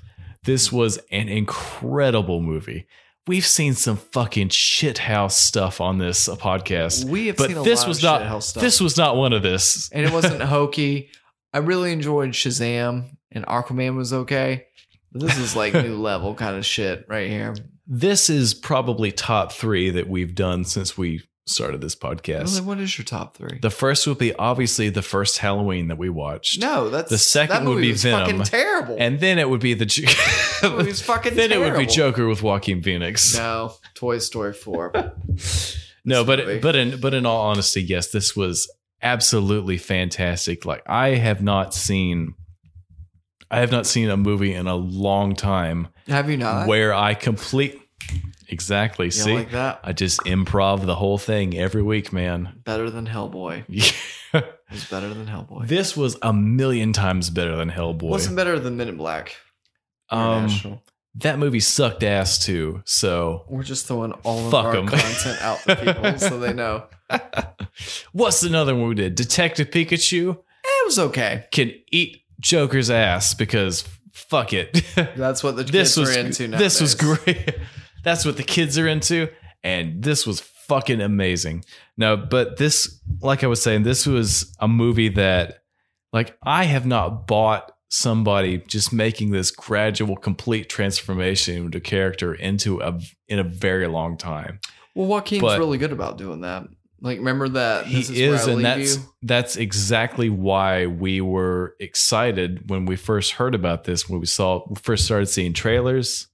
[SPEAKER 1] this was an incredible movie we've seen some fucking shithouse stuff on this uh, podcast
[SPEAKER 2] We have
[SPEAKER 1] but
[SPEAKER 2] seen a
[SPEAKER 1] this
[SPEAKER 2] lot
[SPEAKER 1] was
[SPEAKER 2] of
[SPEAKER 1] not
[SPEAKER 2] shithouse stuff.
[SPEAKER 1] this was not one of this
[SPEAKER 2] and it wasn't hokey. I really enjoyed Shazam and Aquaman was okay. This is like
[SPEAKER 1] (laughs)
[SPEAKER 2] new level kind of shit right here.
[SPEAKER 1] this is probably top three that we've done since we started this podcast.
[SPEAKER 2] Really, what is your top three?
[SPEAKER 1] The first would be obviously the first Halloween that we watched.
[SPEAKER 2] no, that's
[SPEAKER 1] the second
[SPEAKER 2] that
[SPEAKER 1] would
[SPEAKER 2] movie
[SPEAKER 1] be
[SPEAKER 2] was
[SPEAKER 1] Venom.
[SPEAKER 2] fucking terrible.
[SPEAKER 1] And then it would be the (laughs)
[SPEAKER 2] that movie was fucking
[SPEAKER 1] then it
[SPEAKER 2] terrible.
[SPEAKER 1] would be Joker with Joaquin Phoenix.
[SPEAKER 2] No, Toy Story four.
[SPEAKER 1] no,
[SPEAKER 2] This movie.
[SPEAKER 1] but but in but in all honesty, yes, this was absolutely fantastic. Like I have not seen I have not seen a movie in a long time
[SPEAKER 2] Have you not?
[SPEAKER 1] where I complete Exactly.
[SPEAKER 2] Yeah,
[SPEAKER 1] see?
[SPEAKER 2] like that.
[SPEAKER 1] I just improv the whole thing every week, man. (laughs)
[SPEAKER 2] Better than Hellboy. It was better than Hellboy.
[SPEAKER 1] This was a million times better than Hellboy.
[SPEAKER 2] Wasn't better than Men in Black.
[SPEAKER 1] Um,
[SPEAKER 2] International.
[SPEAKER 1] that movie sucked ass too. So, (laughs)
[SPEAKER 2] We're just throwing all of
[SPEAKER 1] fuck
[SPEAKER 2] our
[SPEAKER 1] 'em.
[SPEAKER 2] content out
[SPEAKER 1] (laughs)
[SPEAKER 2] to people so they know.
[SPEAKER 1] what's another one we did? Detective Pikachu
[SPEAKER 2] Eh, It was okay.
[SPEAKER 1] can eat Joker's ass because fuck it. (laughs)
[SPEAKER 2] That's what the
[SPEAKER 1] this
[SPEAKER 2] kids
[SPEAKER 1] was
[SPEAKER 2] are into now.
[SPEAKER 1] this was great. (laughs) That's what the kids are into, and this was fucking amazing. No, but this, like I was saying, this was a movie that, like, I have not bought somebody just making this gradual, complete transformation into character into a in a very long time.
[SPEAKER 2] Well, Joaquin's
[SPEAKER 1] But-
[SPEAKER 2] really good about doing that. Like, remember that
[SPEAKER 1] he
[SPEAKER 2] Uh, this
[SPEAKER 1] is,
[SPEAKER 2] is, where I
[SPEAKER 1] and
[SPEAKER 2] leave
[SPEAKER 1] that's
[SPEAKER 2] you?
[SPEAKER 1] that's exactly why we were excited when we first heard about this when we saw first started seeing trailers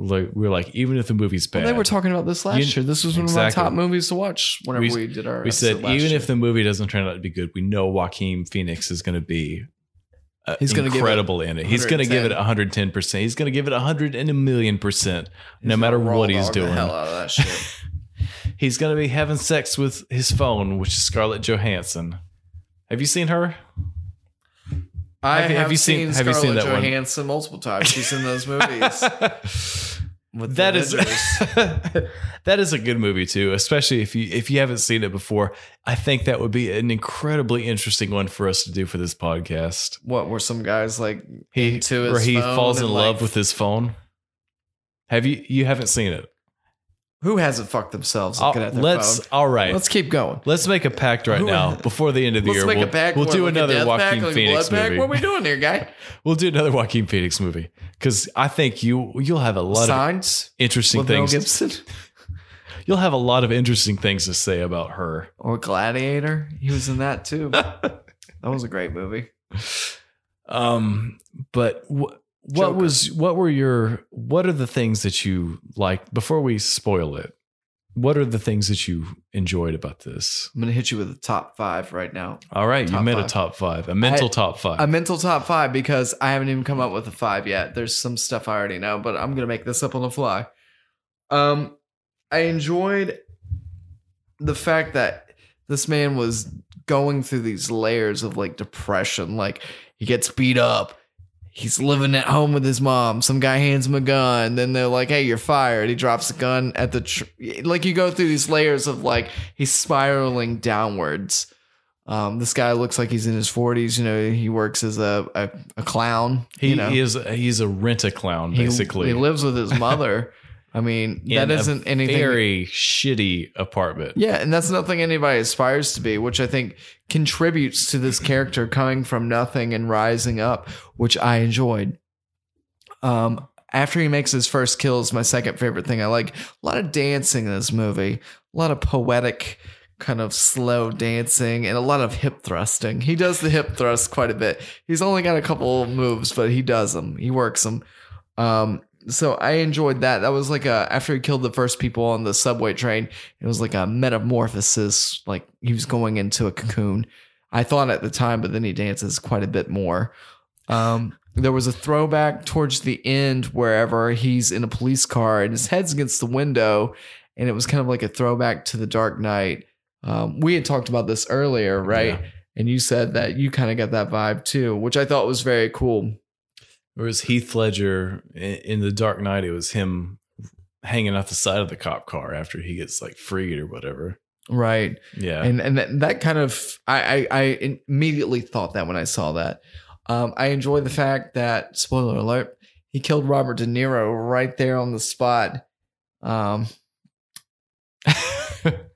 [SPEAKER 1] like we were like even if the movie's bad
[SPEAKER 2] Well, they were talking about this last
[SPEAKER 1] You-
[SPEAKER 2] year. This was one of
[SPEAKER 1] exactly.
[SPEAKER 2] my top movies to watch whenever
[SPEAKER 1] We-
[SPEAKER 2] we, did our.
[SPEAKER 1] we said
[SPEAKER 2] episode last
[SPEAKER 1] even if
[SPEAKER 2] year.
[SPEAKER 1] the movie doesn't turn out to be good we know Joaquin Phoenix is going to be uh,
[SPEAKER 2] He's gonna give it
[SPEAKER 1] incredible in it he's going to give it 110% he's going to give it 100 and a million percent no
[SPEAKER 2] He's
[SPEAKER 1] matter
[SPEAKER 2] gonna raw
[SPEAKER 1] what he's
[SPEAKER 2] dog the
[SPEAKER 1] doing
[SPEAKER 2] hell out of
[SPEAKER 1] (laughs)
[SPEAKER 2] that shit.
[SPEAKER 1] he's going to be having sex with his phone which is Scarlett Johansson have you seen her
[SPEAKER 2] I
[SPEAKER 1] Have
[SPEAKER 2] have,
[SPEAKER 1] you- have you seen-
[SPEAKER 2] seen
[SPEAKER 1] have you seen
[SPEAKER 2] Scarlett
[SPEAKER 1] that one?
[SPEAKER 2] Johansson multiple times. She's in
[SPEAKER 1] (laughs)
[SPEAKER 2] those movies. with
[SPEAKER 1] that
[SPEAKER 2] the
[SPEAKER 1] is
[SPEAKER 2] Avengers.
[SPEAKER 1] (laughs) that is a good movie too, especially if you if you haven't seen it before. I think that would be an incredibly interesting one for us to do for this podcast.
[SPEAKER 2] what were some guys like
[SPEAKER 1] He
[SPEAKER 2] Into his
[SPEAKER 1] where he
[SPEAKER 2] phone
[SPEAKER 1] falls in
[SPEAKER 2] and,
[SPEAKER 1] love
[SPEAKER 2] like-
[SPEAKER 1] with his phone. Have you you haven't seen it?
[SPEAKER 2] who hasn't fucked themselves
[SPEAKER 1] I'll-
[SPEAKER 2] looking at their
[SPEAKER 1] let's
[SPEAKER 2] phone?
[SPEAKER 1] all right.
[SPEAKER 2] Let's
[SPEAKER 1] Let's
[SPEAKER 2] keep going.
[SPEAKER 1] make a pact right
[SPEAKER 2] Who- (laughs)
[SPEAKER 1] now before the end of the
[SPEAKER 2] Let's
[SPEAKER 1] year.
[SPEAKER 2] make
[SPEAKER 1] we'll
[SPEAKER 2] a pack.
[SPEAKER 1] we'll
[SPEAKER 2] What,
[SPEAKER 1] do
[SPEAKER 2] like a
[SPEAKER 1] another
[SPEAKER 2] death
[SPEAKER 1] Joaquin
[SPEAKER 2] pack, like a
[SPEAKER 1] Phoenix
[SPEAKER 2] blood pack?
[SPEAKER 1] movie.
[SPEAKER 2] What are we doing here, guy?
[SPEAKER 1] We'll do another Joaquin Phoenix movie because I think you you'll have a lot of
[SPEAKER 2] Signs
[SPEAKER 1] interesting
[SPEAKER 2] with Mel
[SPEAKER 1] things.
[SPEAKER 2] Gibson.
[SPEAKER 1] You'll have a lot of interesting things to say about her.
[SPEAKER 2] Or Gladiator. He was in
[SPEAKER 1] (laughs)
[SPEAKER 2] that too. that was a great movie.
[SPEAKER 1] Um, but wh- what
[SPEAKER 2] Joker.
[SPEAKER 1] was what were your what are the things that you like before we spoil it? What are the things that you enjoyed about this?
[SPEAKER 2] I'm gonna hit you with a top five right now.
[SPEAKER 1] All right, you
[SPEAKER 2] Top
[SPEAKER 1] made a
[SPEAKER 2] five.
[SPEAKER 1] top five, a mental
[SPEAKER 2] I-
[SPEAKER 1] top five.
[SPEAKER 2] A mental top five because I haven't even come up with a five yet. There's some stuff I already know, but I'm gonna make this up on the fly. Um, I enjoyed the fact that this man was going through these layers of like depression. Like he gets beat up. He's living at home with his mom. Some guy hands him a gun. Then they're like, "Hey, you're fired." He drops the gun at the tr- like. You go through these layers of like he's spiraling downwards. Um, this guy looks like he's in his 40s. You know, he works as a, a, a clown.
[SPEAKER 1] he,
[SPEAKER 2] you know,
[SPEAKER 1] he is he's a rent a clown
[SPEAKER 2] He-
[SPEAKER 1] basically.
[SPEAKER 2] He, lives with his mother. I mean,
[SPEAKER 1] In
[SPEAKER 2] that
[SPEAKER 1] a
[SPEAKER 2] isn't anything.
[SPEAKER 1] Very shitty apartment.
[SPEAKER 2] yeah, and that's nothing anybody aspires to be, which I think contributes to this character coming from nothing and rising up, which I enjoyed. Um, after he makes his first kill is my second favorite thing. I like a lot of dancing in this movie, a lot of poetic kind of slow dancing and a lot of hip thrusting. He does the hip thrust quite a bit. He's only got a couple moves, but he does them. He works them. Um, so I enjoyed that. That was like a after he killed the first people on the subway train, it was like a metamorphosis. Like he was going into a cocoon. I thought at the time, but then he dances quite a bit more. Um, there was a throwback towards the end wherever he's in a police car and his head's against the window, and it was kind of like a throwback to the Dark Knight. Um, we had talked about this earlier, right? And you said that you kind of got that vibe too, which I thought was very cool.
[SPEAKER 1] Whereas Heath Ledger i- in The Dark Knight, it was him hanging off the side of the cop car after he gets like freed or whatever.
[SPEAKER 2] Right.
[SPEAKER 1] Yeah.
[SPEAKER 2] and and that, that kind of I, I I immediately thought that when I saw that. Um, I enjoy the fact that spoiler alert, he killed Robert De Niro right there on the spot. Um, (laughs)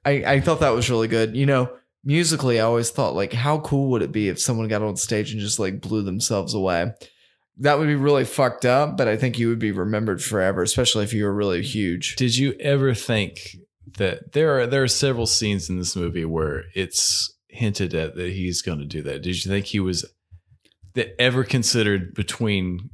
[SPEAKER 2] I I thought that was really good. You know, musically, I always thought like, how cool would it be if someone got on stage and just like blew themselves away? That would be really fucked up, but I think you would be remembered forever, especially if you were really huge.
[SPEAKER 1] Did you ever think that there are there are several scenes in this movie where it's hinted at that he's going to do that? Did you think he was that ever considered between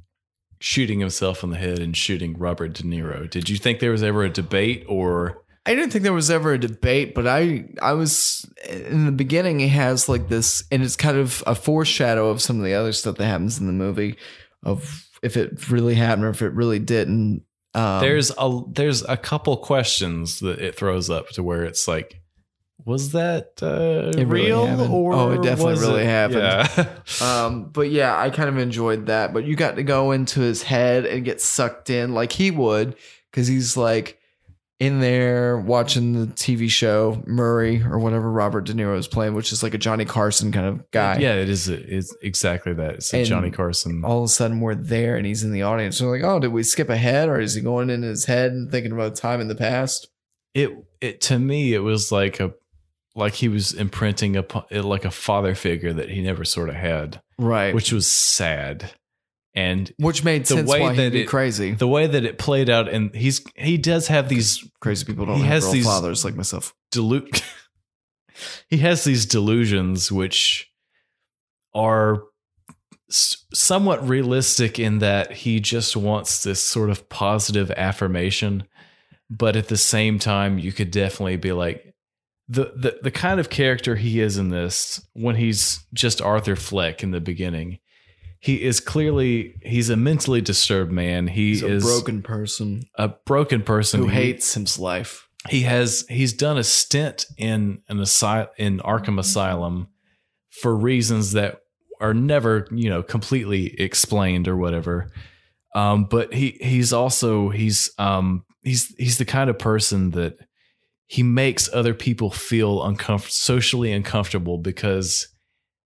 [SPEAKER 1] shooting himself in the head and shooting Robert De Niro? Did you think there was ever a debate or
[SPEAKER 2] I didn't think there was ever a debate, but I I was in the beginning. It has like this, and it's kind of a foreshadow of some of the other stuff that happens in the movie, of if it really happened or if it really didn't. Um,
[SPEAKER 1] there's a there's a couple questions that it throws up to where it's like was that uh,
[SPEAKER 2] It really
[SPEAKER 1] real
[SPEAKER 2] happened.
[SPEAKER 1] or
[SPEAKER 2] Oh, it definitely
[SPEAKER 1] was
[SPEAKER 2] really happened.
[SPEAKER 1] Yeah. (laughs)
[SPEAKER 2] Um, but yeah, I kind of enjoyed that. But you got to go into his head and get sucked in like he would, because he's like in there watching the TV show Murray or whatever Robert De Niro is playing, which is like a Johnny Carson kind of guy.
[SPEAKER 1] Yeah, it is. It's exactly that. It's a
[SPEAKER 2] And
[SPEAKER 1] Johnny Carson.
[SPEAKER 2] all of a sudden we're there and he's in the audience. We're like, oh, did we skip ahead or is he going in his head and thinking about time in the past?
[SPEAKER 1] it it to me it was like a like he was imprinting upon it like a father figure that he never sort of had,
[SPEAKER 2] Right. Which,
[SPEAKER 1] which was sad. And
[SPEAKER 2] which made
[SPEAKER 1] the
[SPEAKER 2] sense
[SPEAKER 1] way
[SPEAKER 2] why
[SPEAKER 1] that
[SPEAKER 2] he'd be
[SPEAKER 1] it-
[SPEAKER 2] crazy.
[SPEAKER 1] the way that it played out, and he's he does have these
[SPEAKER 2] crazy people don't
[SPEAKER 1] he
[SPEAKER 2] have
[SPEAKER 1] has
[SPEAKER 2] real
[SPEAKER 1] these-
[SPEAKER 2] fathers like myself.
[SPEAKER 1] delu- (laughs) he has these delusions which are s- somewhat realistic in that he just wants this sort of positive affirmation but at the same time you could definitely be like the, the the kind of character he is in this when he's just Arthur Fleck in the beginning he is clearly he's a mentally disturbed man he
[SPEAKER 2] He's
[SPEAKER 1] is
[SPEAKER 2] a broken person
[SPEAKER 1] a broken person
[SPEAKER 2] who
[SPEAKER 1] He-
[SPEAKER 2] hates his life.
[SPEAKER 1] he has he's done a stint in an asylum in Arkham Asylum for reasons that are never you know completely explained or whatever. Um, but he he's also he's um he's he's the kind of person that he makes other people feel uncomfortable socially uncomfortable because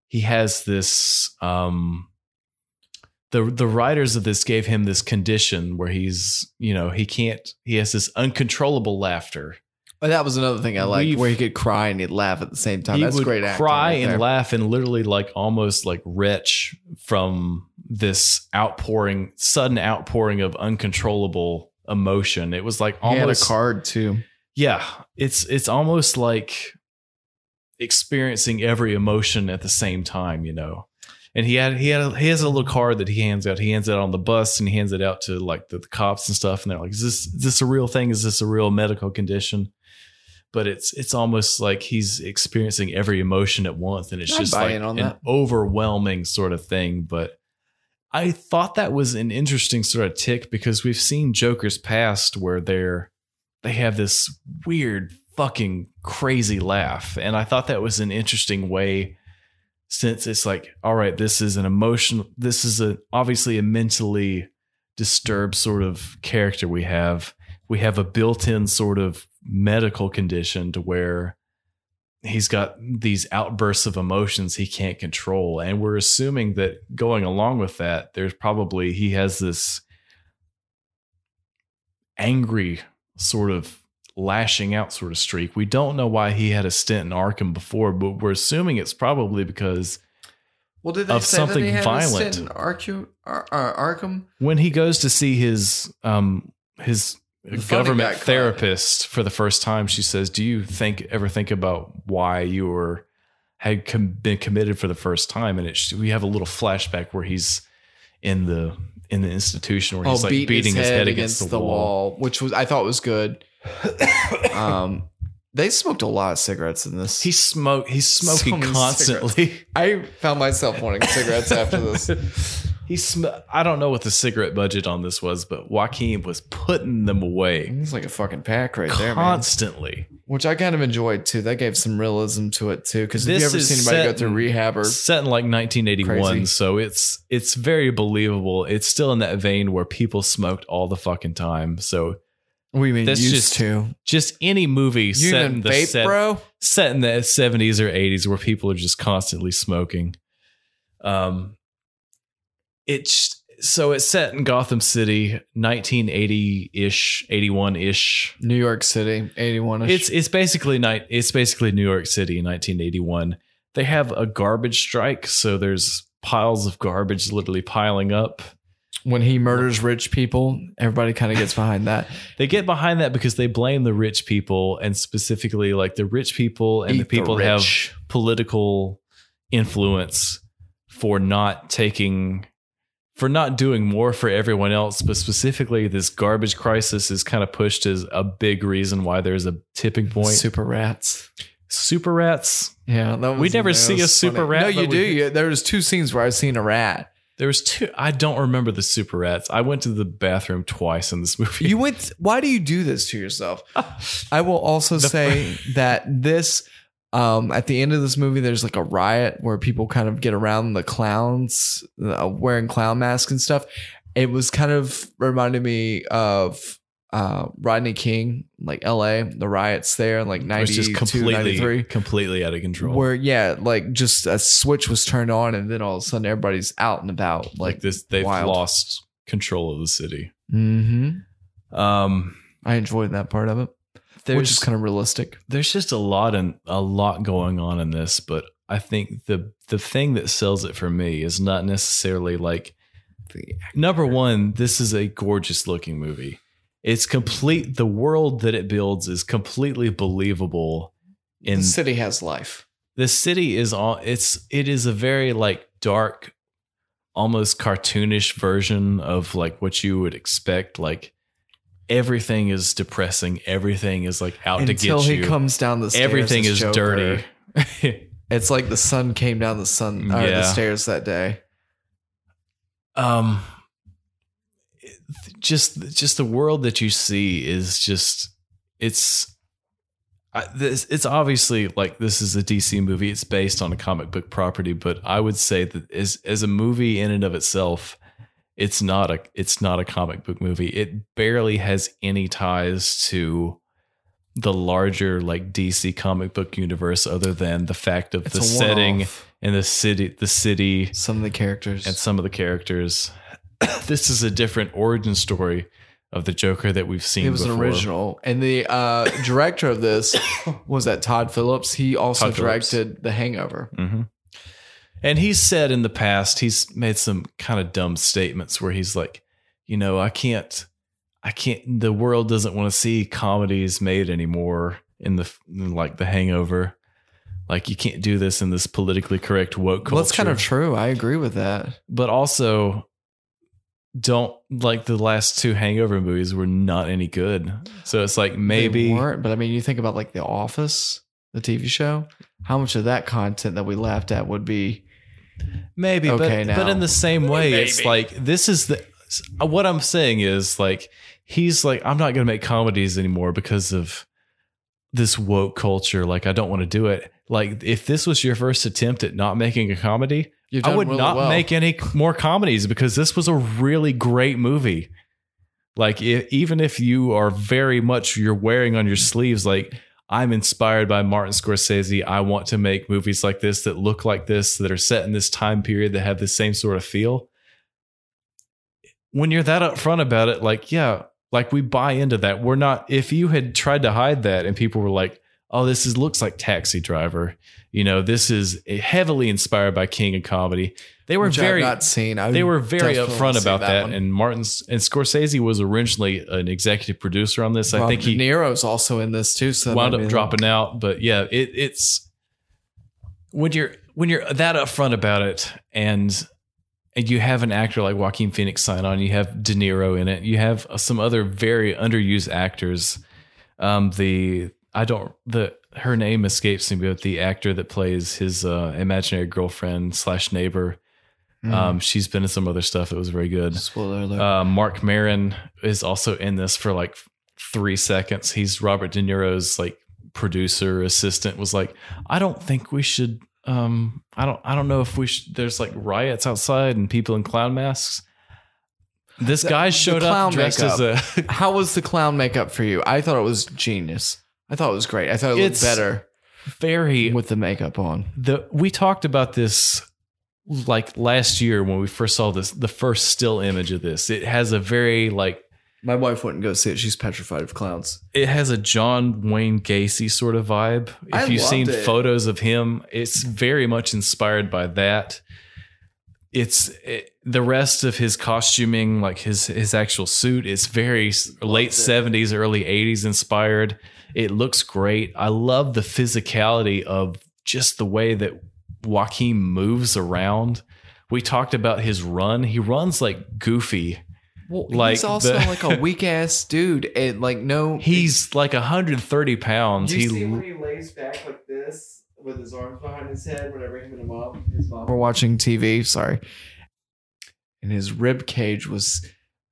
[SPEAKER 1] he has this um the the writers of this gave him this condition where he's you know he can't he has this uncontrollable laughter
[SPEAKER 2] And Oh, that was another thing I liked,
[SPEAKER 1] We've-
[SPEAKER 2] where he could cry and he'd laugh at the same time.
[SPEAKER 1] he
[SPEAKER 2] That's
[SPEAKER 1] would
[SPEAKER 2] great acting.
[SPEAKER 1] cry
[SPEAKER 2] right
[SPEAKER 1] and
[SPEAKER 2] there.
[SPEAKER 1] laugh and literally like almost like retch from this outpouring sudden outpouring of uncontrollable emotion it was like
[SPEAKER 2] He had a
[SPEAKER 1] almost
[SPEAKER 2] card too.
[SPEAKER 1] yeah, it's it's almost like experiencing every emotion at the same time, you know. And he had he had a, he has a little card that he hands out. He hands it out on the bus and he hands it out to like the, the cops and stuff. And they're like, "Is this is this a real thing? Is this a real medical condition?" But it's it's almost like he's experiencing every emotion at once, and it's
[SPEAKER 2] I'd
[SPEAKER 1] just
[SPEAKER 2] buy
[SPEAKER 1] like
[SPEAKER 2] in on
[SPEAKER 1] an
[SPEAKER 2] that.
[SPEAKER 1] overwhelming sort of thing. But I thought that was an interesting sort of tick because we've seen Joker's past where they're they have this weird fucking crazy laugh and i thought that was an interesting way since it's like all right this is an emotional this is a obviously a mentally disturbed sort of character we have we have a built-in sort of medical condition to where he's got these outbursts of emotions he can't control and we're assuming that going along with that there's probably he has this angry sort of lashing out sort of streak. We don't know why he had a stint in Arkham before, but we're assuming it's probably because
[SPEAKER 2] Well, did they
[SPEAKER 1] Of
[SPEAKER 2] say
[SPEAKER 1] something
[SPEAKER 2] that he Had a
[SPEAKER 1] violent.
[SPEAKER 2] stint in Arcu- Ar- Ar- Arkham?
[SPEAKER 1] when he goes to see his um his
[SPEAKER 2] The funny guy
[SPEAKER 1] government
[SPEAKER 2] caught.
[SPEAKER 1] therapist for the first time, she says, "Do you think ever think about why you were had com- been committed for the first time?" And it we have a little flashback where he's in the in the institution where he's
[SPEAKER 2] Oh,
[SPEAKER 1] like Oh, beating his head, against, the, wall.
[SPEAKER 2] which was I thought
[SPEAKER 1] (coughs)
[SPEAKER 2] was good. um, they smoked a lot of cigarettes in this.
[SPEAKER 1] He smoke he's
[SPEAKER 2] So
[SPEAKER 1] smoking
[SPEAKER 2] many
[SPEAKER 1] constantly.
[SPEAKER 2] I found myself wanting cigarettes after
[SPEAKER 1] (laughs)
[SPEAKER 2] this.
[SPEAKER 1] He sm- I don't know what the cigarette budget on this was, but Joaquin was putting them away
[SPEAKER 2] It's like a fucking pack right there, man.
[SPEAKER 1] constantly.
[SPEAKER 2] Which I kind of enjoyed too. That gave some realism to it too. Because have
[SPEAKER 1] This
[SPEAKER 2] you ever
[SPEAKER 1] is
[SPEAKER 2] seen anybody go
[SPEAKER 1] set
[SPEAKER 2] through
[SPEAKER 1] in-
[SPEAKER 2] rehab or
[SPEAKER 1] Set in like 1981,
[SPEAKER 2] Crazy.
[SPEAKER 1] so it's it's very believable. It's still in that vein where people smoked all the fucking time. So
[SPEAKER 2] we mean
[SPEAKER 1] That's
[SPEAKER 2] used
[SPEAKER 1] just-
[SPEAKER 2] to?
[SPEAKER 1] just any movie
[SPEAKER 2] You
[SPEAKER 1] set in
[SPEAKER 2] even
[SPEAKER 1] the
[SPEAKER 2] vape,
[SPEAKER 1] set-
[SPEAKER 2] bro?
[SPEAKER 1] set in the 70s or 80s where people are just constantly smoking. Um, it's so it's set in Gotham City, 1980 ish, 81 ish.
[SPEAKER 2] New York City, eighty-one.
[SPEAKER 1] It's it's basically night. It's basically New York City in 1981. They have a garbage strike, so there's piles of garbage literally piling up.
[SPEAKER 2] when he murders rich people, everybody kind of gets behind that.
[SPEAKER 1] They get behind that because they blame the rich people, and specifically like the rich people and
[SPEAKER 2] Eat
[SPEAKER 1] the people that have
[SPEAKER 2] rich.
[SPEAKER 1] political influence for not taking for not doing more for everyone else but specifically this garbage crisis is kind of pushed as a big reason why there's a tipping point
[SPEAKER 2] super rats.
[SPEAKER 1] super rats
[SPEAKER 2] Yeah, that was
[SPEAKER 1] We never
[SPEAKER 2] that
[SPEAKER 1] see
[SPEAKER 2] was
[SPEAKER 1] a super
[SPEAKER 2] funny.
[SPEAKER 1] rat,
[SPEAKER 2] No, you
[SPEAKER 1] but we
[SPEAKER 2] do.
[SPEAKER 1] do-
[SPEAKER 2] You, there was two scenes where I've seen a rat.
[SPEAKER 1] There was two. I don't remember the super rats. I went to the bathroom twice in this movie. (laughs)
[SPEAKER 2] You went. Why do you do this to yourself? I will also
[SPEAKER 1] The
[SPEAKER 2] say
[SPEAKER 1] (laughs)
[SPEAKER 2] that this, um, at the end of this movie, there's like a riot where people kind of get around the clowns uh, wearing clown masks and stuff. It was kind of reminded me of uh, Rodney King, like L.A. The riots there, in like
[SPEAKER 1] It was
[SPEAKER 2] 92,
[SPEAKER 1] just completely,
[SPEAKER 2] 93.
[SPEAKER 1] completely out of control.
[SPEAKER 2] Where yeah, like just a switch was turned on, and then all of a sudden everybody's out and about.
[SPEAKER 1] like,
[SPEAKER 2] Like,
[SPEAKER 1] this, they've
[SPEAKER 2] wild.
[SPEAKER 1] lost control of the city.
[SPEAKER 2] hmm
[SPEAKER 1] Um,
[SPEAKER 2] I enjoyed that part of it,
[SPEAKER 1] there's
[SPEAKER 2] which is kind of realistic.
[SPEAKER 1] there's just a lot and a lot going on in this, but I think the the thing that sells it for me is not necessarily like number one. This is a gorgeous looking movie. It's complete. The world that it builds is completely believable. In
[SPEAKER 2] the city has life.
[SPEAKER 1] the city is all it's it is a very like dark almost cartoonish version of like what you would expect like everything is depressing everything is like out
[SPEAKER 2] Until
[SPEAKER 1] to get
[SPEAKER 2] he
[SPEAKER 1] you
[SPEAKER 2] comes down the stairs.
[SPEAKER 1] everything
[SPEAKER 2] as
[SPEAKER 1] is
[SPEAKER 2] Joker.
[SPEAKER 1] (laughs) dirty
[SPEAKER 2] It's like the sun came down the sun or
[SPEAKER 1] Yeah.
[SPEAKER 2] the stairs that day.
[SPEAKER 1] um just just the world that you see is just it's I, this, it's obviously like this is a DC movie. It's based on a comic book property, but I would say that as as a movie in and of itself, it's not a it's not a comic book movie. It barely has any ties to the larger like DC comic book universe, other than the fact of
[SPEAKER 2] It's
[SPEAKER 1] the
[SPEAKER 2] a
[SPEAKER 1] setting
[SPEAKER 2] one-off.
[SPEAKER 1] and the city, the city,
[SPEAKER 2] Some of the characters.
[SPEAKER 1] and some of the characters. (coughs) this is a different origin story of the Joker that we've seen.
[SPEAKER 2] it was an
[SPEAKER 1] before.
[SPEAKER 2] original, and the uh, director
[SPEAKER 1] (coughs)
[SPEAKER 2] of this was that Todd Phillips. He also
[SPEAKER 1] Todd Phillips.
[SPEAKER 2] directed The Hangover.
[SPEAKER 1] Mhm. And he's said in the past, he's made some kind of dumb statements where he's like, you know, I can't, I can't. The world doesn't want to see comedies made anymore in the in like The Hangover. Like you can't do this in this politically correct woke culture.
[SPEAKER 2] Well, that's kind of true. I agree with that.
[SPEAKER 1] but also don't like the last two hangover movies were not any good so it's like
[SPEAKER 2] They
[SPEAKER 1] maybe
[SPEAKER 2] weren't, but I mean, you think about like The Office, the TV show. How much of that content that we laughed at would be?
[SPEAKER 1] maybe
[SPEAKER 2] Okay,
[SPEAKER 1] but,
[SPEAKER 2] now.
[SPEAKER 1] but in the same way it's
[SPEAKER 2] Maybe.
[SPEAKER 1] like this is the what i'm saying is like he's like i'm not going to make comedies anymore because of this woke culture like i don't want to do it like if this was your first attempt at not making a comedy
[SPEAKER 2] You've
[SPEAKER 1] I
[SPEAKER 2] done
[SPEAKER 1] would
[SPEAKER 2] really
[SPEAKER 1] not
[SPEAKER 2] well.
[SPEAKER 1] make any more comedies because this was a really great movie. Like, i even if you are very much you're wearing on your sleeves, like I'm inspired by Martin Scorsese. I want to make movies like this that look like this, that are set in this time period, that have the same sort of feel. When you're that upfront about it, like, yeah, like we buy into that. We're not. If you had tried to hide that, and people were like, "Oh, this is looks like Taxi Driver," you know, this is eh, heavily inspired by King of Comedy. They were
[SPEAKER 2] Which I've
[SPEAKER 1] very
[SPEAKER 2] not seen. I
[SPEAKER 1] they
[SPEAKER 2] would
[SPEAKER 1] were very
[SPEAKER 2] definitely
[SPEAKER 1] upfront
[SPEAKER 2] see
[SPEAKER 1] about that,
[SPEAKER 2] one.
[SPEAKER 1] and Martin's and Scorsese was originally an executive producer on this. I
[SPEAKER 2] Robert
[SPEAKER 1] think he
[SPEAKER 2] De Niro's also in this too. So
[SPEAKER 1] wound
[SPEAKER 2] I
[SPEAKER 1] up
[SPEAKER 2] mean,
[SPEAKER 1] dropping out, but yeah, it, it's when you're when you're that upfront about it, and and you have an actor like Joaquin Phoenix sign on, you have De Niro in it, you have some other very underused actors. Um, the I don't the her name escapes me, but the actor that plays his uh, imaginary girlfriend slash neighbor.
[SPEAKER 2] Mm.
[SPEAKER 1] Um, she's been in some other stuff that was very good.
[SPEAKER 2] Spoiler alert.
[SPEAKER 1] Uh, Mark Marin is also in this for like three seconds. He's Robert De Niro's like producer assistant. Was like, I don't think we should. Um, I don't. I don't know if we. Should, there's like riots outside and people in clown masks. This
[SPEAKER 2] The-
[SPEAKER 1] guy
[SPEAKER 2] the
[SPEAKER 1] showed
[SPEAKER 2] clown
[SPEAKER 1] up dressed as a.
[SPEAKER 2] (laughs) How was the clown makeup for you? I thought it was genius. I thought it was great. I thought it looked
[SPEAKER 1] It's-
[SPEAKER 2] better
[SPEAKER 1] very
[SPEAKER 2] with the makeup on.
[SPEAKER 1] the we talked about this like last year when we first saw this the first still image of this it has a very like
[SPEAKER 2] My wife wouldn't go see it. She's petrified of clowns.
[SPEAKER 1] it has a John Wayne Gacy sort of vibe. If
[SPEAKER 2] I
[SPEAKER 1] you've
[SPEAKER 2] loved
[SPEAKER 1] seen
[SPEAKER 2] it.
[SPEAKER 1] photos of him, it's very much inspired by that. It's it, the rest of his costuming, like his his actual suit, is very s- late
[SPEAKER 2] it.
[SPEAKER 1] seventies, early eighties inspired. It looks great. I love the physicality of just the way that Joaquin moves around. We talked about his run. He runs like goofy.
[SPEAKER 2] Well,
[SPEAKER 1] Like
[SPEAKER 2] he's
[SPEAKER 1] the-
[SPEAKER 2] also like a weak ass dude, and like
[SPEAKER 1] (laughs)
[SPEAKER 2] no,
[SPEAKER 1] He's like 130
[SPEAKER 2] Um,
[SPEAKER 1] pounds.
[SPEAKER 3] Do you
[SPEAKER 1] he
[SPEAKER 3] see when he lays back like this with his arms behind his head whenever him and mom, his mom
[SPEAKER 2] we're watching TV. Sorry, and his rib cage was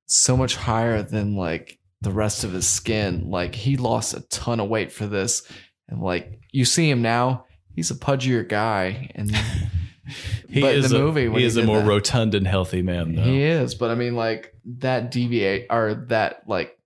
[SPEAKER 2] so much higher than like the rest of his skin. Like he lost a ton of weight for this, and like you see him now, he's a pudgier guy. And
[SPEAKER 1] (laughs) He
[SPEAKER 2] but in
[SPEAKER 1] is
[SPEAKER 2] the
[SPEAKER 1] a,
[SPEAKER 2] movie, when
[SPEAKER 1] he is a
[SPEAKER 2] did
[SPEAKER 1] more
[SPEAKER 2] that-
[SPEAKER 1] rotund and healthy man, though.
[SPEAKER 2] He is, but I mean, like that deviate or that like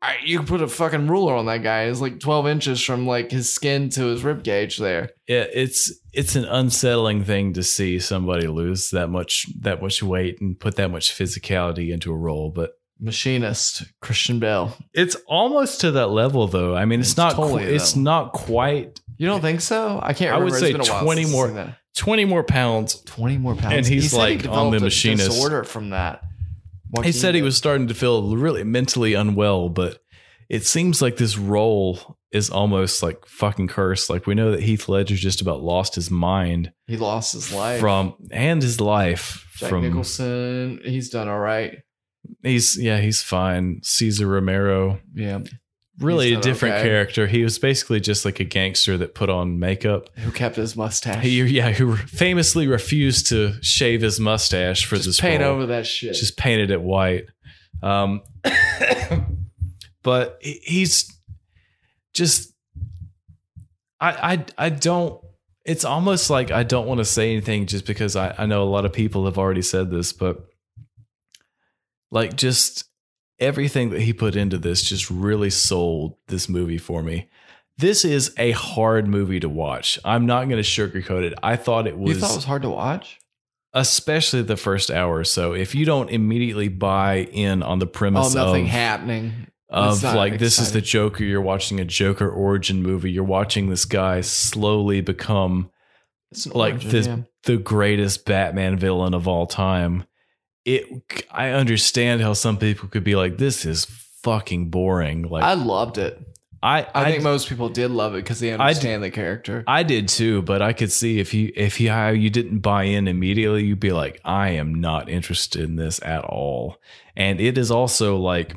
[SPEAKER 2] I, you can put a fucking ruler on that guy. It's like twelve inches from like his skin to his rib cage. There,
[SPEAKER 1] Yeah, it's it's an unsettling thing to see somebody lose that much that much weight and put that much physicality into a role, but
[SPEAKER 2] machinist Christian Bell.
[SPEAKER 1] it's almost to that level, though. I mean, it's,
[SPEAKER 2] It's
[SPEAKER 1] not qu-
[SPEAKER 2] totally
[SPEAKER 1] it's
[SPEAKER 2] that level.
[SPEAKER 1] not quite
[SPEAKER 2] You don't think so? I can't.
[SPEAKER 1] I
[SPEAKER 2] Remember.
[SPEAKER 1] would say
[SPEAKER 2] it's been a while
[SPEAKER 1] 20
[SPEAKER 2] since I've
[SPEAKER 1] more-
[SPEAKER 2] seen that.
[SPEAKER 1] twenty more pounds.
[SPEAKER 2] Twenty more pounds,
[SPEAKER 1] And he's,
[SPEAKER 2] He said he
[SPEAKER 1] like, on
[SPEAKER 2] developed
[SPEAKER 1] the
[SPEAKER 2] a
[SPEAKER 1] machinist.
[SPEAKER 2] disorder from that.
[SPEAKER 1] He
[SPEAKER 2] Joaquin
[SPEAKER 1] said he
[SPEAKER 2] did.
[SPEAKER 1] was starting to feel really mentally unwell, but it seems like this role is almost like fucking cursed. Like we know that Heath Ledger just about lost his mind
[SPEAKER 2] he lost his life
[SPEAKER 1] from and his life
[SPEAKER 2] Jack
[SPEAKER 1] from
[SPEAKER 2] Nicholson. He's done all right.
[SPEAKER 1] He's yeah, he's fine. Caesar Romero,
[SPEAKER 2] Yeah,
[SPEAKER 1] really
[SPEAKER 2] He's
[SPEAKER 1] a
[SPEAKER 2] not
[SPEAKER 1] different
[SPEAKER 2] okay.
[SPEAKER 1] character. He was basically just like a gangster that put on makeup.
[SPEAKER 2] who kept his mustache?
[SPEAKER 1] He yeah, who famously refused to shave his mustache for this
[SPEAKER 2] just paint
[SPEAKER 1] role.
[SPEAKER 2] over that shit.
[SPEAKER 1] Just painted it white. Um, but he- he's just I I I don't it's almost like I don't want to say anything just because I, I know a lot of people have already said this, but like just everything that he put into this just really sold this movie for me. This is a hard movie to watch. I'm not going to sugarcoat it. I thought it
[SPEAKER 2] you
[SPEAKER 1] was,
[SPEAKER 2] thought it was hard to watch?
[SPEAKER 1] especially the first hour or so. If you don't immediately buy in on the
[SPEAKER 2] Oh,
[SPEAKER 1] premise
[SPEAKER 2] nothing
[SPEAKER 1] of
[SPEAKER 2] happening.
[SPEAKER 1] of
[SPEAKER 2] It's not
[SPEAKER 1] like this is the
[SPEAKER 2] exciting.
[SPEAKER 1] Joker. You're watching a Joker origin movie. You're watching this guy slowly become
[SPEAKER 2] It's an
[SPEAKER 1] like
[SPEAKER 2] origin,
[SPEAKER 1] this
[SPEAKER 2] yeah.
[SPEAKER 1] the greatest Batman villain of all time. It I understand how some people could be like this is fucking boring. Like
[SPEAKER 2] I loved it.
[SPEAKER 1] I,
[SPEAKER 2] I,
[SPEAKER 1] I-
[SPEAKER 2] think most people did love it because they
[SPEAKER 1] I d-
[SPEAKER 2] understand the character.
[SPEAKER 1] I did too, but I could see if you if you how you didn't buy in immediately, you'd be like, I am not interested in this at all. And it is also like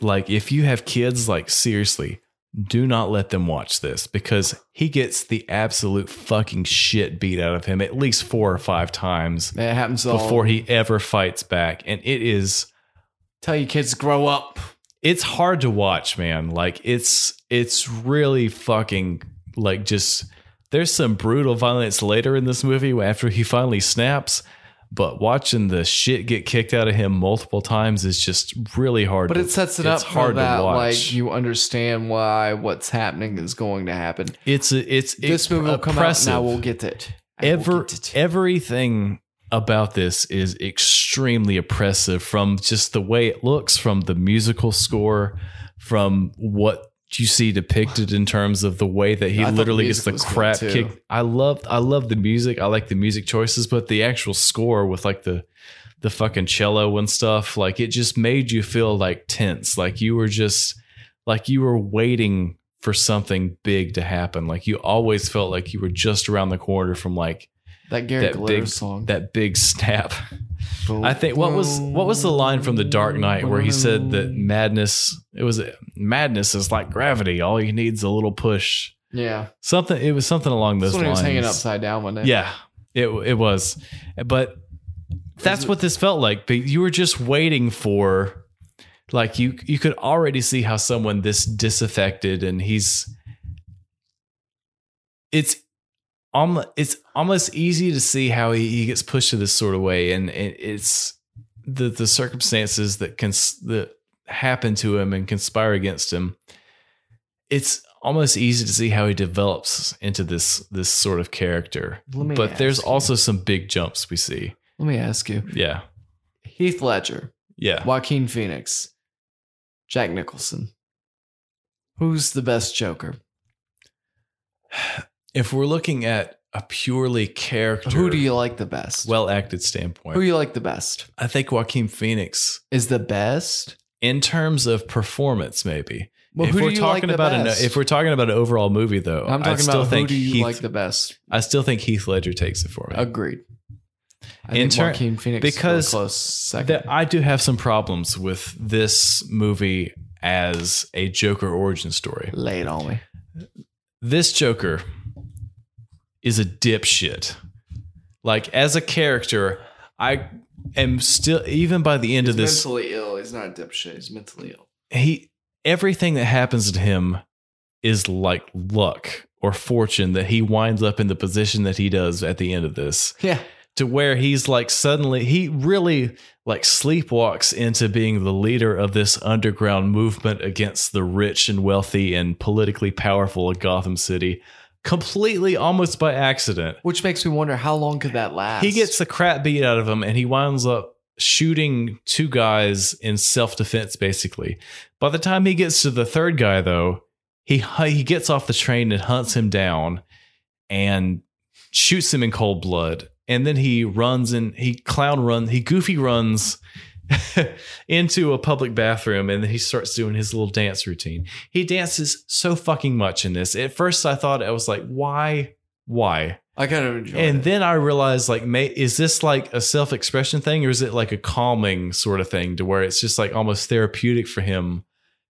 [SPEAKER 1] like if you have kids, like seriously, do not let them watch this because he gets the absolute fucking shit beat out of him at least four or five times
[SPEAKER 2] it happens all.
[SPEAKER 1] before he ever fights back. And it is
[SPEAKER 2] tell your kids grow up.
[SPEAKER 1] it's hard to watch, man. Like it's it's really fucking like just there's some brutal violence later in this movie after he finally snaps, but watching the shit get kicked out of him multiple times is just really hard.
[SPEAKER 2] But
[SPEAKER 1] to-
[SPEAKER 2] it sets it
[SPEAKER 1] it's
[SPEAKER 2] up
[SPEAKER 1] hard
[SPEAKER 2] for that,
[SPEAKER 1] to watch.
[SPEAKER 2] like you understand why what's happening is going to happen.
[SPEAKER 1] it's a, it's
[SPEAKER 2] this movie will come out, and I
[SPEAKER 1] oppressive.
[SPEAKER 2] will get it. I will
[SPEAKER 1] Ever
[SPEAKER 2] get it.
[SPEAKER 1] everything about this is extremely oppressive from just the way it looks, from the musical score, from what you see depicted in terms of the way that he
[SPEAKER 2] I thought the
[SPEAKER 1] literally gets the
[SPEAKER 2] music was good,
[SPEAKER 1] crap
[SPEAKER 2] too.
[SPEAKER 1] kicked. I love I love the music. I like the music choices, but the actual score with like the the fucking cello and stuff, like it just made you feel like tense. Like you were just like you were waiting for something big to happen. Like you always felt like you were just around the corner from like
[SPEAKER 2] that Gary
[SPEAKER 1] that
[SPEAKER 2] Glitter
[SPEAKER 1] big-
[SPEAKER 2] song.
[SPEAKER 1] that big snap. I think what was what was the line from The Dark Knight where he said that madness it was madness is like gravity. All you need's a little push.
[SPEAKER 2] Yeah,
[SPEAKER 1] Something it was something along
[SPEAKER 2] this
[SPEAKER 1] those
[SPEAKER 2] one he
[SPEAKER 1] lines.
[SPEAKER 2] was hanging upside down one day.
[SPEAKER 1] Yeah, it it was, but that's what this felt like. But you were just waiting for, like you you could already see how someone this disaffected and he's, it's. Almost, it's almost easy to see how he, he gets pushed to this sort of way, and it, it's the the circumstances that can that happen to him and conspire against him it's almost easy to see how he develops into this this sort of character.
[SPEAKER 2] Let me
[SPEAKER 1] But there's
[SPEAKER 2] ask
[SPEAKER 1] also some big jumps we see.
[SPEAKER 2] Let me ask you:
[SPEAKER 1] Yeah.
[SPEAKER 2] Heath Ledger,
[SPEAKER 1] Yeah.
[SPEAKER 2] Joaquin Phoenix, Jack Nicholson. Who's the best Joker?
[SPEAKER 1] If we're looking at a purely character
[SPEAKER 2] Who do you like the best?
[SPEAKER 1] well acted
[SPEAKER 2] who
[SPEAKER 1] standpoint,
[SPEAKER 2] you like the best
[SPEAKER 1] I think Joaquin Phoenix
[SPEAKER 2] is the best.
[SPEAKER 1] in terms of performance maybe.
[SPEAKER 2] Well,
[SPEAKER 1] if
[SPEAKER 2] who
[SPEAKER 1] we're
[SPEAKER 2] do you
[SPEAKER 1] talking
[SPEAKER 2] like the
[SPEAKER 1] about an,
[SPEAKER 2] best?
[SPEAKER 1] if we're talking about an overall movie though,
[SPEAKER 2] I'm
[SPEAKER 1] I
[SPEAKER 2] talking
[SPEAKER 1] still
[SPEAKER 2] about who
[SPEAKER 1] think
[SPEAKER 2] do you
[SPEAKER 1] Heath,
[SPEAKER 2] like the best.
[SPEAKER 1] I still think Heath Ledger takes it for me.
[SPEAKER 2] Agreed. I
[SPEAKER 1] In
[SPEAKER 2] think
[SPEAKER 1] turn-
[SPEAKER 2] Joaquin Phoenix is
[SPEAKER 1] because
[SPEAKER 2] really close second.
[SPEAKER 1] that I do have some problems with this movie as a Joker origin story.
[SPEAKER 2] Lay it on me.
[SPEAKER 1] this Joker is a dipshit. Like as a character, I am still even by the end of this
[SPEAKER 2] mentally ill. He's not a dipshit. He's mentally ill.
[SPEAKER 1] he everything that happens to him is like luck or fortune that he winds up in the position that he does at the end of this
[SPEAKER 2] Yeah.
[SPEAKER 1] to where he's like suddenly he really like sleepwalks into being the leader of this underground movement against the rich and wealthy and politically powerful of Gotham City completely almost by accident.
[SPEAKER 2] Which makes me wonder how long could that last?
[SPEAKER 1] He gets the crap beat out of him and he winds up shooting two guys in self-defense basically. By the time he gets to the third guy though, he he gets off the train and hunts him down and shoots him in cold blood. And then he runs and he clown runs, he goofy runs (laughs) into a public bathroom and then he starts doing his little dance routine. He dances so fucking much in this. At first I thought I was like, why? Why?
[SPEAKER 2] I kind of enjoy
[SPEAKER 1] and
[SPEAKER 2] it.
[SPEAKER 1] then I realized, like, may, is this like a self expression thing or is it like a calming sort of thing to where it's just like almost therapeutic for him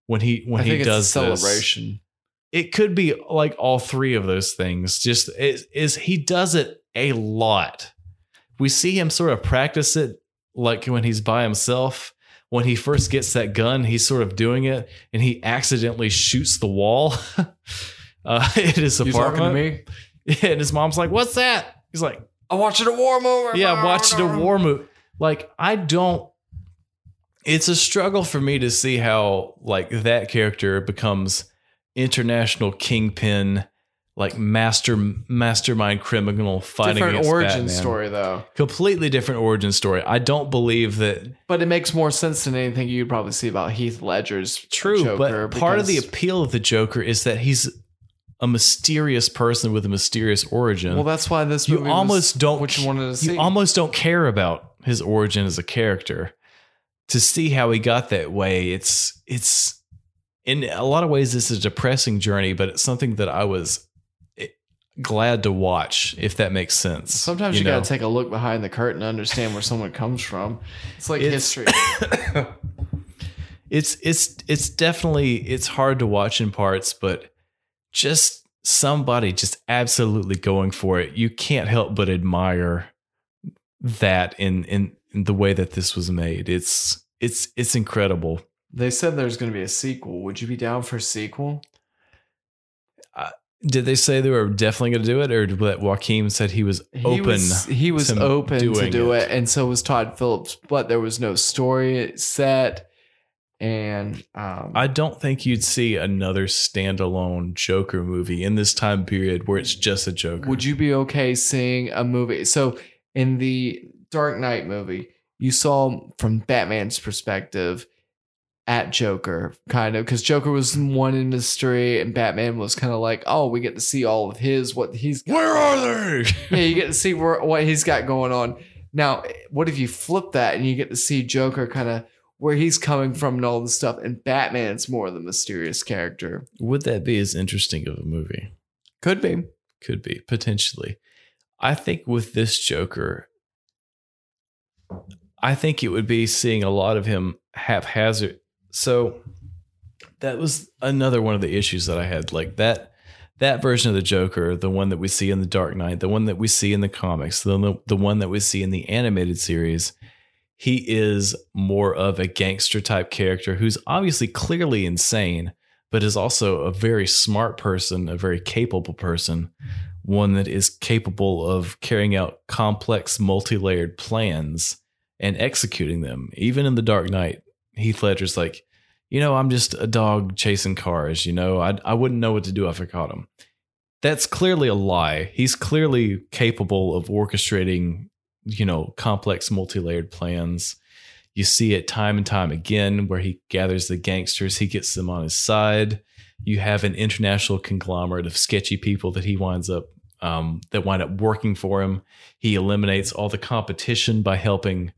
[SPEAKER 1] when he when
[SPEAKER 2] I think
[SPEAKER 1] he
[SPEAKER 2] it's
[SPEAKER 1] does
[SPEAKER 2] a
[SPEAKER 1] This?
[SPEAKER 2] celebration.
[SPEAKER 1] It could be like all three of those things. Just is, is he does it a lot. We see him sort of practice it like when he's by himself. When he first gets that gun, he's sort of doing it and he accidentally shoots the wall. (laughs) Uh, (laughs) at his
[SPEAKER 2] You talking to
[SPEAKER 1] apartment, (laughs)
[SPEAKER 2] me?
[SPEAKER 1] and his mom's like, "What's that?" He's like,
[SPEAKER 2] I'm watching a war movie.
[SPEAKER 1] yeah, I watched a war movie. Like I don't. It's a struggle for me to see how like that character becomes international kingpin, like master mastermind criminal fighting
[SPEAKER 2] Different
[SPEAKER 1] against
[SPEAKER 2] origin
[SPEAKER 1] Batman.
[SPEAKER 2] story though,
[SPEAKER 1] Completely different origin story. I don't believe that
[SPEAKER 2] but it makes more sense than anything you'd probably see about Heath Ledger's
[SPEAKER 1] True,
[SPEAKER 2] Joker
[SPEAKER 1] but part of the
[SPEAKER 2] because-
[SPEAKER 1] appeal of the Joker is that he's a mysterious person with a mysterious origin.
[SPEAKER 2] well, that's why this
[SPEAKER 1] You
[SPEAKER 2] movie
[SPEAKER 1] almost
[SPEAKER 2] was
[SPEAKER 1] don't
[SPEAKER 2] what you wanted to see.
[SPEAKER 1] you almost don't care about his origin as a character to see how he got that way, it's it's in a lot of ways this is a depressing journey, but it's something that I was eh, glad to watch, if that makes sense.
[SPEAKER 2] Sometimes you,
[SPEAKER 1] know?
[SPEAKER 2] gotta take a look behind the curtain to understand where someone comes from. It's like
[SPEAKER 1] It's-
[SPEAKER 2] history.
[SPEAKER 1] (coughs) it's it's it's definitely it's hard to watch in parts, but just somebody just absolutely going for it. You can't help but admire that in in, in the way that this was made. It's it's it's incredible.
[SPEAKER 2] They said there's gonna be a sequel. Would you be down for a sequel?
[SPEAKER 1] Did they say they were definitely going to do it, or that Joaquin said he was
[SPEAKER 2] He
[SPEAKER 1] open?
[SPEAKER 2] was, he was
[SPEAKER 1] to
[SPEAKER 2] open to
[SPEAKER 1] doing
[SPEAKER 2] do it.
[SPEAKER 1] it.
[SPEAKER 2] and so was Todd Phillips, but there was no story set. And um,
[SPEAKER 1] I don't think you'd see another standalone Joker movie in this time period where it's just a Joker.
[SPEAKER 2] Would you be okay seeing a movie? So in the Dark Knight movie, you saw from Batman's perspective at Joker, kind of, because Joker was one in mystery, and Batman was kind of like, oh, we get to see all of his what he's
[SPEAKER 1] Where are they?
[SPEAKER 2] yeah, you get to see where, what he's got going on. Now, eh, what if you flip that and you get to see Joker kind of where he's coming from and all the stuff, and Batman's more the mysterious character?
[SPEAKER 1] Would that be as interesting of a movie?
[SPEAKER 2] Could be.
[SPEAKER 1] could be potentially. I think with this Joker, I think it would be seeing a lot of him haphazard. So that was another one of the issues that I had. Like that that version of the Joker, the one that we see in the Dark Knight, the one that we see in the comics, the the one that we see in the animated series, he is more of a gangster type character who's obviously clearly insane, but is also a very smart person, a very capable person one that is capable of carrying out complex, multi layered plans and executing them. Even in The Dark Knight, Heath Ledger's like, you know, I'm just a dog chasing cars. You know, I, I wouldn't know what to do if I caught him. That's clearly a lie. He's clearly capable of orchestrating, you know, complex, multi layered plans. You see it time and time again where he gathers the gangsters, he gets them on his side. You have an international conglomerate of sketchy people that he winds up um, that wind up working for him. He eliminates all the competition by helping,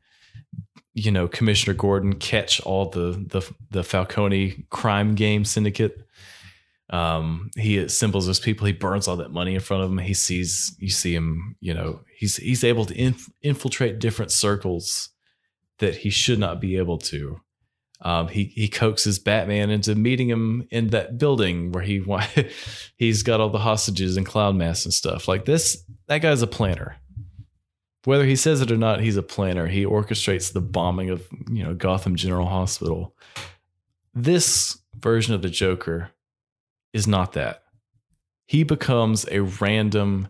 [SPEAKER 1] you know, Commissioner Gordon catch all the the, the Falcone crime game syndicate. Um, he assembles those people. He burns all that money in front of him. He sees you see him. You know, he's he's able to inf- infiltrate different circles that he should not be able to. Um, he he coaxes Batman into meeting him in that building where he wa- (laughs) he's got all the hostages and clown masks and stuff. Like this, that guy's a planner. Whether he says it or not, he's a planner. He orchestrates the bombing of you know Gotham General Hospital. This version of the Joker is not that. He becomes a random.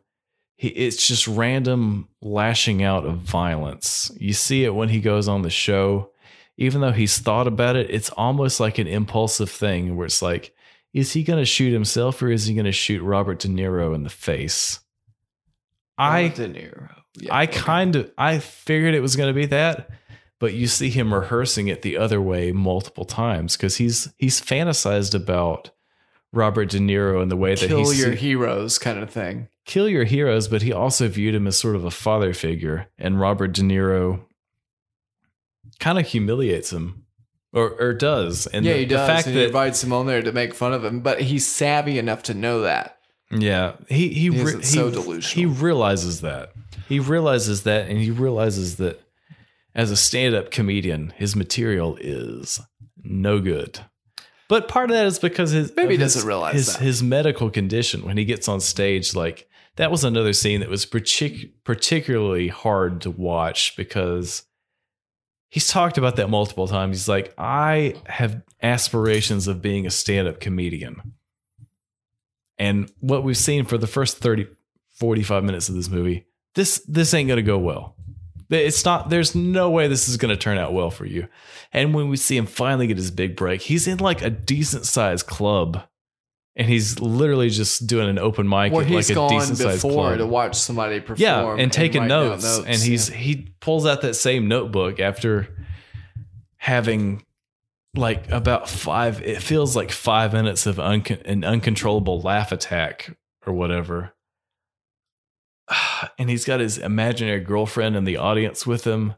[SPEAKER 1] He, it's just random lashing out of violence. You see it when he goes on the show even though he's thought about it, it's almost like an impulsive thing where it's like, is he going to shoot himself or is he going to shoot Robert De Niro in the face? I
[SPEAKER 2] De Niro. Yeah,
[SPEAKER 1] I
[SPEAKER 2] okay.
[SPEAKER 1] kind of I figured it was going to be that, but you see him rehearsing it the other way multiple times because he's he's fantasized about Robert De Niro in the way that
[SPEAKER 2] kill
[SPEAKER 1] he's
[SPEAKER 2] your heroes kind of thing.
[SPEAKER 1] kill your heroes, but he also viewed him as sort of a father figure. And Robert De Niro kind of humiliates him, or or does. And
[SPEAKER 2] yeah,
[SPEAKER 1] the,
[SPEAKER 2] he
[SPEAKER 1] the
[SPEAKER 2] does.
[SPEAKER 1] fact
[SPEAKER 2] and he
[SPEAKER 1] that
[SPEAKER 2] invites him on there to make fun of him, but he's savvy enough to know that.
[SPEAKER 1] yeah, he he
[SPEAKER 2] He
[SPEAKER 1] re-
[SPEAKER 2] isn't so
[SPEAKER 1] he-
[SPEAKER 2] delusional.
[SPEAKER 1] He realizes that. He realizes that, and he realizes that as a stand-up comedian, his material is no good. But part of that is because his
[SPEAKER 2] Maybe he
[SPEAKER 1] of his-
[SPEAKER 2] doesn't realize
[SPEAKER 1] his
[SPEAKER 2] that.
[SPEAKER 1] his medical condition when he gets on stage. Like that was another scene that was partic- particularly hard to watch because he's talked about that multiple times. He's like, I have aspirations of being a stand-up comedian. And what we've seen for the first 30, 45 minutes of this movie, this this ain't gonna go well. It's not there's no way this is gonna turn out well for you. And when we see him finally get his big break, he's in like a decent sized club. And he's literally just doing an open mic
[SPEAKER 2] Where
[SPEAKER 1] at
[SPEAKER 2] he's
[SPEAKER 1] like a
[SPEAKER 2] gone
[SPEAKER 1] decent sized
[SPEAKER 2] before
[SPEAKER 1] club.
[SPEAKER 2] to watch somebody perform.
[SPEAKER 1] Yeah, and taking
[SPEAKER 2] write down
[SPEAKER 1] notes. And he's he pulls out that same notebook after having like about five. It feels like five minutes of uncon an uncontrollable laugh attack or whatever. (sighs) And he's got his imaginary girlfriend in the audience with him.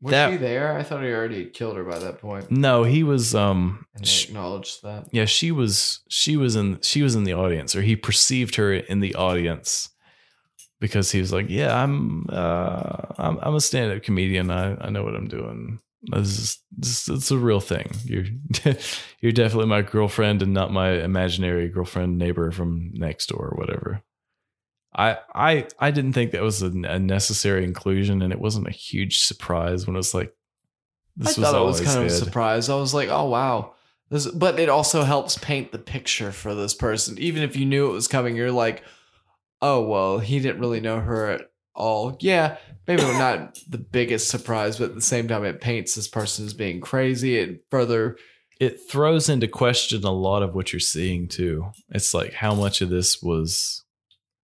[SPEAKER 2] Was
[SPEAKER 1] That-
[SPEAKER 2] he there? I thought he already had killed her by that point.
[SPEAKER 1] No, he was um
[SPEAKER 2] And
[SPEAKER 1] sh-
[SPEAKER 2] they acknowledged that.
[SPEAKER 1] yeah, she was she was in she was in the audience or he perceived her in the audience because he was like, "Yeah, I'm uh I'm I'm a stand-up comedian. I I know what I'm doing." This is this, it's a real thing. You're (laughs) you're definitely my girlfriend and not my imaginary girlfriend neighbor from next door or whatever. I I I didn't think that was a, a necessary inclusion, and it wasn't a huge surprise when it was like this
[SPEAKER 2] I
[SPEAKER 1] was
[SPEAKER 2] thought it was
[SPEAKER 1] always
[SPEAKER 2] kind of a
[SPEAKER 1] said.
[SPEAKER 2] surprise. I was like, oh wow. This, but it also helps paint the picture for this person. Even if you knew it was coming, you're like, oh well, he didn't really know her at all. Yeah, maybe not the biggest surprise, but at the same time, it paints this person as being crazy. It further
[SPEAKER 1] it throws into question a lot of what you're seeing too. It's like how much of this was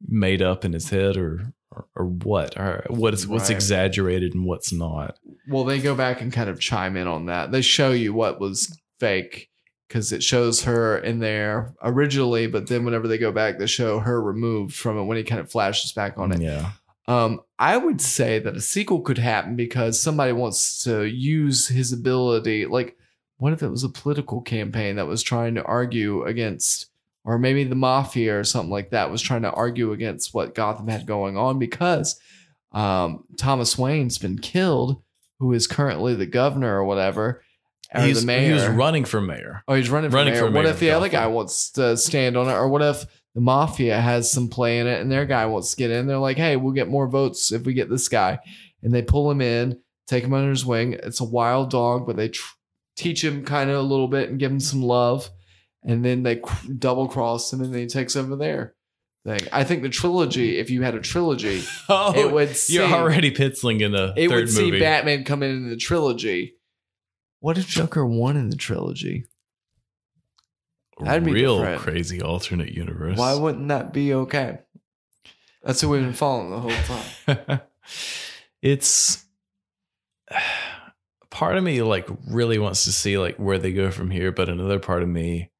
[SPEAKER 1] made up in his head or or, or what or what is what's
[SPEAKER 2] Right.
[SPEAKER 1] exaggerated and what's not.
[SPEAKER 2] well, they go back and kind of chime in on that. They show you what was fake because it shows her in there originally, but then whenever they go back, they show her removed from it when he kind of flashes back on it.
[SPEAKER 1] Yeah.
[SPEAKER 2] Um, I would say that a sequel could happen because somebody wants to use his ability. Like, what if it was a political campaign that was trying to argue against, or maybe the mafia or something like that was trying to argue against what Gotham had going on because um, Thomas Wayne's been killed, who is currently the governor or whatever, or
[SPEAKER 1] He's,
[SPEAKER 2] the mayor.
[SPEAKER 1] he was running for mayor.
[SPEAKER 2] Oh, he's running for
[SPEAKER 1] Running
[SPEAKER 2] mayor.
[SPEAKER 1] for
[SPEAKER 2] what
[SPEAKER 1] mayor
[SPEAKER 2] if the
[SPEAKER 1] of
[SPEAKER 2] other guy
[SPEAKER 1] Gotham.
[SPEAKER 2] wants to stand on it, or what if the mafia has some play in it, and their guy wants to get in? They're like, "Hey, we'll get more votes if we get this guy," and they pull him in, take him under his wing. It's a wild dog, but they tr- teach him kind of a little bit and give him some love, and then they cr- double cross him, and then he takes over there. Thing. I think the trilogy, if you had
[SPEAKER 1] (laughs)
[SPEAKER 2] a trilogy,
[SPEAKER 1] Oh,
[SPEAKER 2] (laughs) it would.
[SPEAKER 1] you're
[SPEAKER 2] seem-
[SPEAKER 1] already penciling in a
[SPEAKER 2] it
[SPEAKER 1] third
[SPEAKER 2] would
[SPEAKER 1] movie.
[SPEAKER 2] see Batman come in in the trilogy. What if Joker won in the trilogy? That'd be
[SPEAKER 1] Real
[SPEAKER 2] different.
[SPEAKER 1] crazy alternate universe.
[SPEAKER 2] Why wouldn't that be okay? That's who we've been following the whole time.
[SPEAKER 1] (laughs) it's (sighs) part of me like really wants to see like where they go from here but another part of me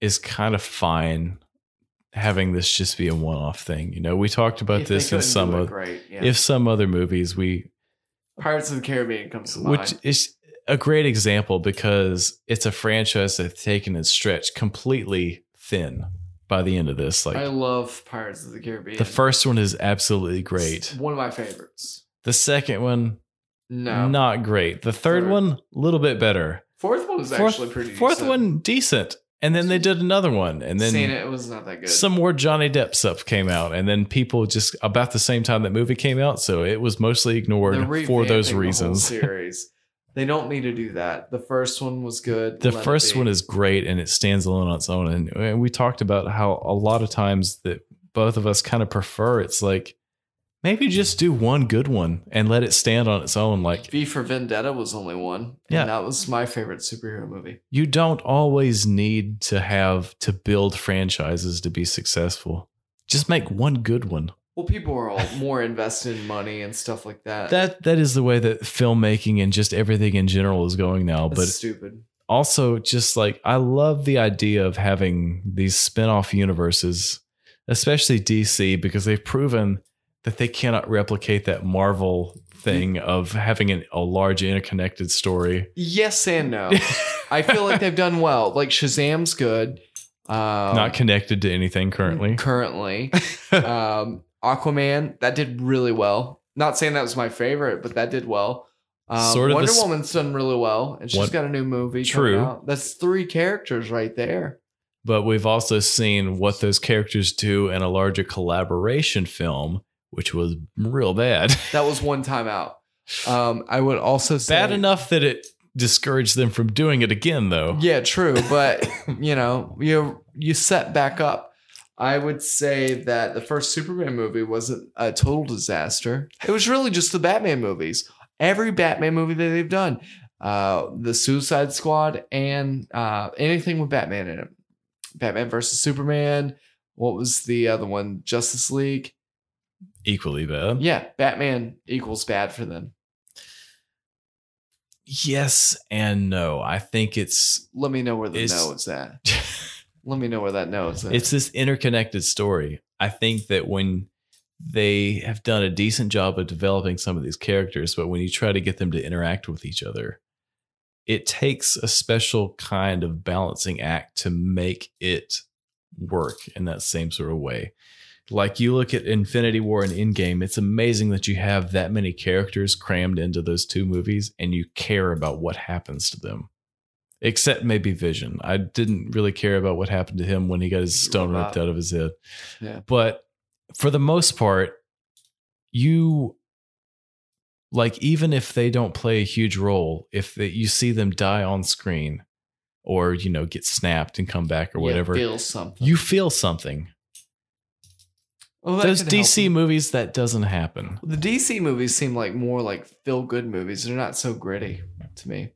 [SPEAKER 1] is kind of fine having this just be a one-off thing you know we talked about
[SPEAKER 2] If they
[SPEAKER 1] this in
[SPEAKER 2] couldn't
[SPEAKER 1] some
[SPEAKER 2] do it,
[SPEAKER 1] of,
[SPEAKER 2] great, yeah.
[SPEAKER 1] if some other movies we
[SPEAKER 2] Pirates of the Caribbean comes to
[SPEAKER 1] which
[SPEAKER 2] mind,
[SPEAKER 1] is a great example because it's a franchise that's taken and stretched completely thin by the end of this
[SPEAKER 2] I
[SPEAKER 1] like
[SPEAKER 2] love Pirates of the Caribbean.
[SPEAKER 1] the first one is absolutely
[SPEAKER 2] It's
[SPEAKER 1] great
[SPEAKER 2] one of my favorites.
[SPEAKER 1] the second one
[SPEAKER 2] No,
[SPEAKER 1] Not great. The third,
[SPEAKER 2] Third.
[SPEAKER 1] one, a little bit better.
[SPEAKER 2] fourth one was
[SPEAKER 1] Fourth,
[SPEAKER 2] actually pretty.
[SPEAKER 1] fourth
[SPEAKER 2] decent.
[SPEAKER 1] one, decent. And then they did another one. And
[SPEAKER 2] seen
[SPEAKER 1] then
[SPEAKER 2] it, it was not that good.
[SPEAKER 1] some more Johnny Depp stuff came out. And then people just about the same time that movie came out. So it was mostly
[SPEAKER 2] They're
[SPEAKER 1] ignored for
[SPEAKER 2] revamping
[SPEAKER 1] those
[SPEAKER 2] the whole
[SPEAKER 1] reasons. (laughs) The,
[SPEAKER 2] series. They don't need to do that. The first one was good. let it
[SPEAKER 1] first
[SPEAKER 2] be.
[SPEAKER 1] one is great and it stands alone on its own. And, and we talked about how a lot of times that both of us kind of prefer it's like maybe just do one good one and let it stand on its own. Like
[SPEAKER 2] V for Vendetta was only one.
[SPEAKER 1] Yeah.
[SPEAKER 2] and that was my favorite superhero movie.
[SPEAKER 1] you don't always need to have to build franchises to be successful. Just make one good one.
[SPEAKER 2] Well, people
[SPEAKER 1] (laughs)
[SPEAKER 2] are all more invested in money and stuff like that.
[SPEAKER 1] That that is the way that filmmaking and just everything in general is going now.
[SPEAKER 2] That's
[SPEAKER 1] but
[SPEAKER 2] stupid.
[SPEAKER 1] also just like I love the idea of having these spin-off universes, especially DC, because they've proven that they cannot replicate that Marvel thing of having an, a large interconnected story.
[SPEAKER 2] Yes and no. I feel like they've done well. Like Shazam's good.
[SPEAKER 1] (laughs)
[SPEAKER 2] Um,
[SPEAKER 1] not connected to anything currently. (laughs)
[SPEAKER 2] currently. um, Aquaman that did really well. Not saying that was my favorite, but that did well. Um,
[SPEAKER 1] Sort of
[SPEAKER 2] Wonder
[SPEAKER 1] a sp-
[SPEAKER 2] Woman's done really well, and she's
[SPEAKER 1] One-
[SPEAKER 2] got a new movie.
[SPEAKER 1] True.
[SPEAKER 2] True. Out. That's three characters right there.
[SPEAKER 1] but we've also seen what those characters do in a larger collaboration film, which was real bad. (laughs)
[SPEAKER 2] That was one time out. Um, I would also say
[SPEAKER 1] bad enough that it discouraged them from doing it again, though.
[SPEAKER 2] Yeah, true,
[SPEAKER 1] (coughs)
[SPEAKER 2] but you know, you you set back up. I would say that the first Superman movie wasn't a total disaster. It was really just the Batman movies. Every Batman movie that they've done, uh, the Suicide Squad, and uh, anything with Batman in it, Batman versus Superman. What was the other one? Justice League.
[SPEAKER 1] Equally bad.
[SPEAKER 2] Yeah, Batman equals bad for them.
[SPEAKER 1] Yes and no. I think it's (laughs)
[SPEAKER 2] Let me know where the
[SPEAKER 1] It's-
[SPEAKER 2] no is at. Let me know where that no is at.
[SPEAKER 1] it's this interconnected story. I think that when they have done a decent job of developing some of these characters, but when you try to get them to interact with each other, it takes a special kind of balancing act to make it work in that same sort of way. Like you look at Infinity War and Endgame, it's amazing that you have that many characters crammed into those two movies and you care about what happens to them. Except maybe Vision. I didn't really care about what happened to him when he got his stone ripped out of his head.
[SPEAKER 2] Yeah.
[SPEAKER 1] But for the most part, you like even if they don't play a huge role, if they, you see them die on screen or you know get snapped and come back or whatever,
[SPEAKER 2] feel something.
[SPEAKER 1] you feel something.
[SPEAKER 2] Oh, that
[SPEAKER 1] Those
[SPEAKER 2] could help.
[SPEAKER 1] DC movies that doesn't happen.
[SPEAKER 2] The DC movies seem like more like feel good movies. They're not so gritty to me,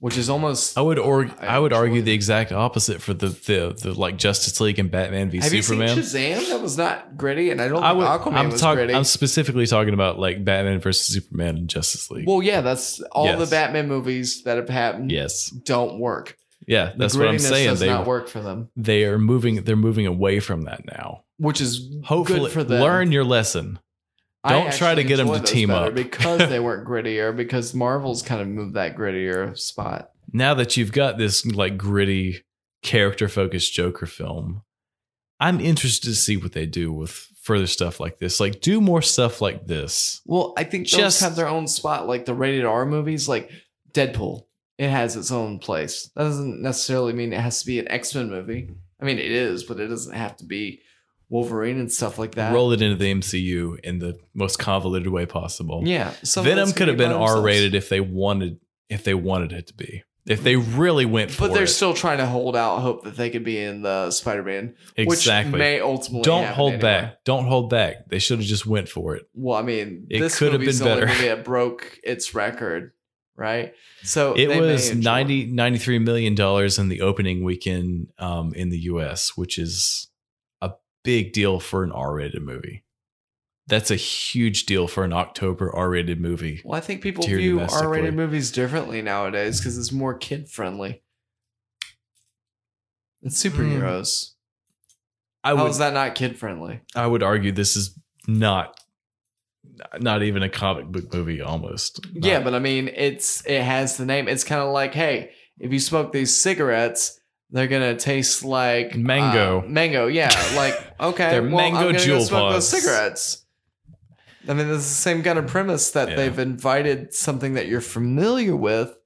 [SPEAKER 2] which is almost.
[SPEAKER 1] I would or
[SPEAKER 2] I
[SPEAKER 1] I, would
[SPEAKER 2] enjoy
[SPEAKER 1] argue
[SPEAKER 2] them.
[SPEAKER 1] the exact opposite for the, the the like Justice League and Batman v
[SPEAKER 2] Have
[SPEAKER 1] Superman.
[SPEAKER 2] you seen Shazam? That was not gritty, and I don't think
[SPEAKER 1] I would,
[SPEAKER 2] Aquaman
[SPEAKER 1] I'm
[SPEAKER 2] was
[SPEAKER 1] talking.
[SPEAKER 2] gritty.
[SPEAKER 1] I'm specifically talking about like Batman versus Superman and Justice League.
[SPEAKER 2] well, yeah, that's all the
[SPEAKER 1] Yes.
[SPEAKER 2] Batman movies that have happened.
[SPEAKER 1] yes,
[SPEAKER 2] don't work.
[SPEAKER 1] yeah, that's
[SPEAKER 2] the
[SPEAKER 1] what I'm
[SPEAKER 2] grittiness
[SPEAKER 1] saying.
[SPEAKER 2] Does
[SPEAKER 1] They
[SPEAKER 2] not work for them,
[SPEAKER 1] they are moving. They're moving away from that now.
[SPEAKER 2] which is
[SPEAKER 1] Hopefully,
[SPEAKER 2] good for them.
[SPEAKER 1] learn your lesson.
[SPEAKER 2] I
[SPEAKER 1] don't try to
[SPEAKER 2] actually
[SPEAKER 1] get them
[SPEAKER 2] enjoy
[SPEAKER 1] to
[SPEAKER 2] those
[SPEAKER 1] team
[SPEAKER 2] better
[SPEAKER 1] up.
[SPEAKER 2] because
[SPEAKER 1] (laughs)
[SPEAKER 2] they weren't grittier. Because Marvel's kind of moved that grittier spot.
[SPEAKER 1] Now that you've got this like gritty, character focused Joker film, I'm interested to see what they do with further stuff like this. Like, do more stuff like this.
[SPEAKER 2] Well, I think those
[SPEAKER 1] Just-
[SPEAKER 2] have their own spot, like the rated R movies, like Deadpool. It has its own place. That doesn't necessarily mean it has to be an X Men movie. I mean, it is, but it doesn't have to be Wolverine and stuff like that.
[SPEAKER 1] Roll it into the MCU in the most convoluted way possible.
[SPEAKER 2] Yeah, some of
[SPEAKER 1] Venom
[SPEAKER 2] those
[SPEAKER 1] could have
[SPEAKER 2] can be
[SPEAKER 1] been
[SPEAKER 2] by themselves.
[SPEAKER 1] R rated if they wanted if they wanted it to be. If they really went for
[SPEAKER 2] but they're
[SPEAKER 1] it.
[SPEAKER 2] still trying to hold out hope that they could be in the Spider Man,
[SPEAKER 1] exactly.
[SPEAKER 2] which may ultimately
[SPEAKER 1] Don't
[SPEAKER 2] happen
[SPEAKER 1] hold
[SPEAKER 2] anyway.
[SPEAKER 1] back. Don't hold back. They should have just went for it.
[SPEAKER 2] Well, I mean,
[SPEAKER 1] It
[SPEAKER 2] this
[SPEAKER 1] could have
[SPEAKER 2] movie's
[SPEAKER 1] been
[SPEAKER 2] the only
[SPEAKER 1] better.
[SPEAKER 2] Movie that broke its record, right? So
[SPEAKER 1] It
[SPEAKER 2] they may
[SPEAKER 1] was
[SPEAKER 2] enjoy
[SPEAKER 1] 90, 93 million dollars in the opening weekend um, in the US, which is a big deal for an R rated movie. That's a huge deal for an October R rated movie.
[SPEAKER 2] Well, I think people
[SPEAKER 1] Tier
[SPEAKER 2] view
[SPEAKER 1] domestically.
[SPEAKER 2] R-rated movies differently nowadays because it's more kid friendly. It's superheroes.
[SPEAKER 1] Hmm. I
[SPEAKER 2] How
[SPEAKER 1] would
[SPEAKER 2] is that not kid friendly?
[SPEAKER 1] I would argue this is not not even a comic book movie almost. Uh, Not-
[SPEAKER 2] Yeah, but I mean, it's it has the name. It's kind of like, hey, if you smoke these cigarettes, they're gonna taste like
[SPEAKER 1] Mango.
[SPEAKER 2] uh, mango, yeah.
[SPEAKER 1] (laughs)
[SPEAKER 2] Like okay,
[SPEAKER 1] They're
[SPEAKER 2] well,
[SPEAKER 1] mango
[SPEAKER 2] I'm gonna go
[SPEAKER 1] jewel
[SPEAKER 2] smoke
[SPEAKER 1] pods.
[SPEAKER 2] Those cigarettes. I mean, it's the same kind of premise that
[SPEAKER 1] Yeah.
[SPEAKER 2] they've invited something that you're familiar with.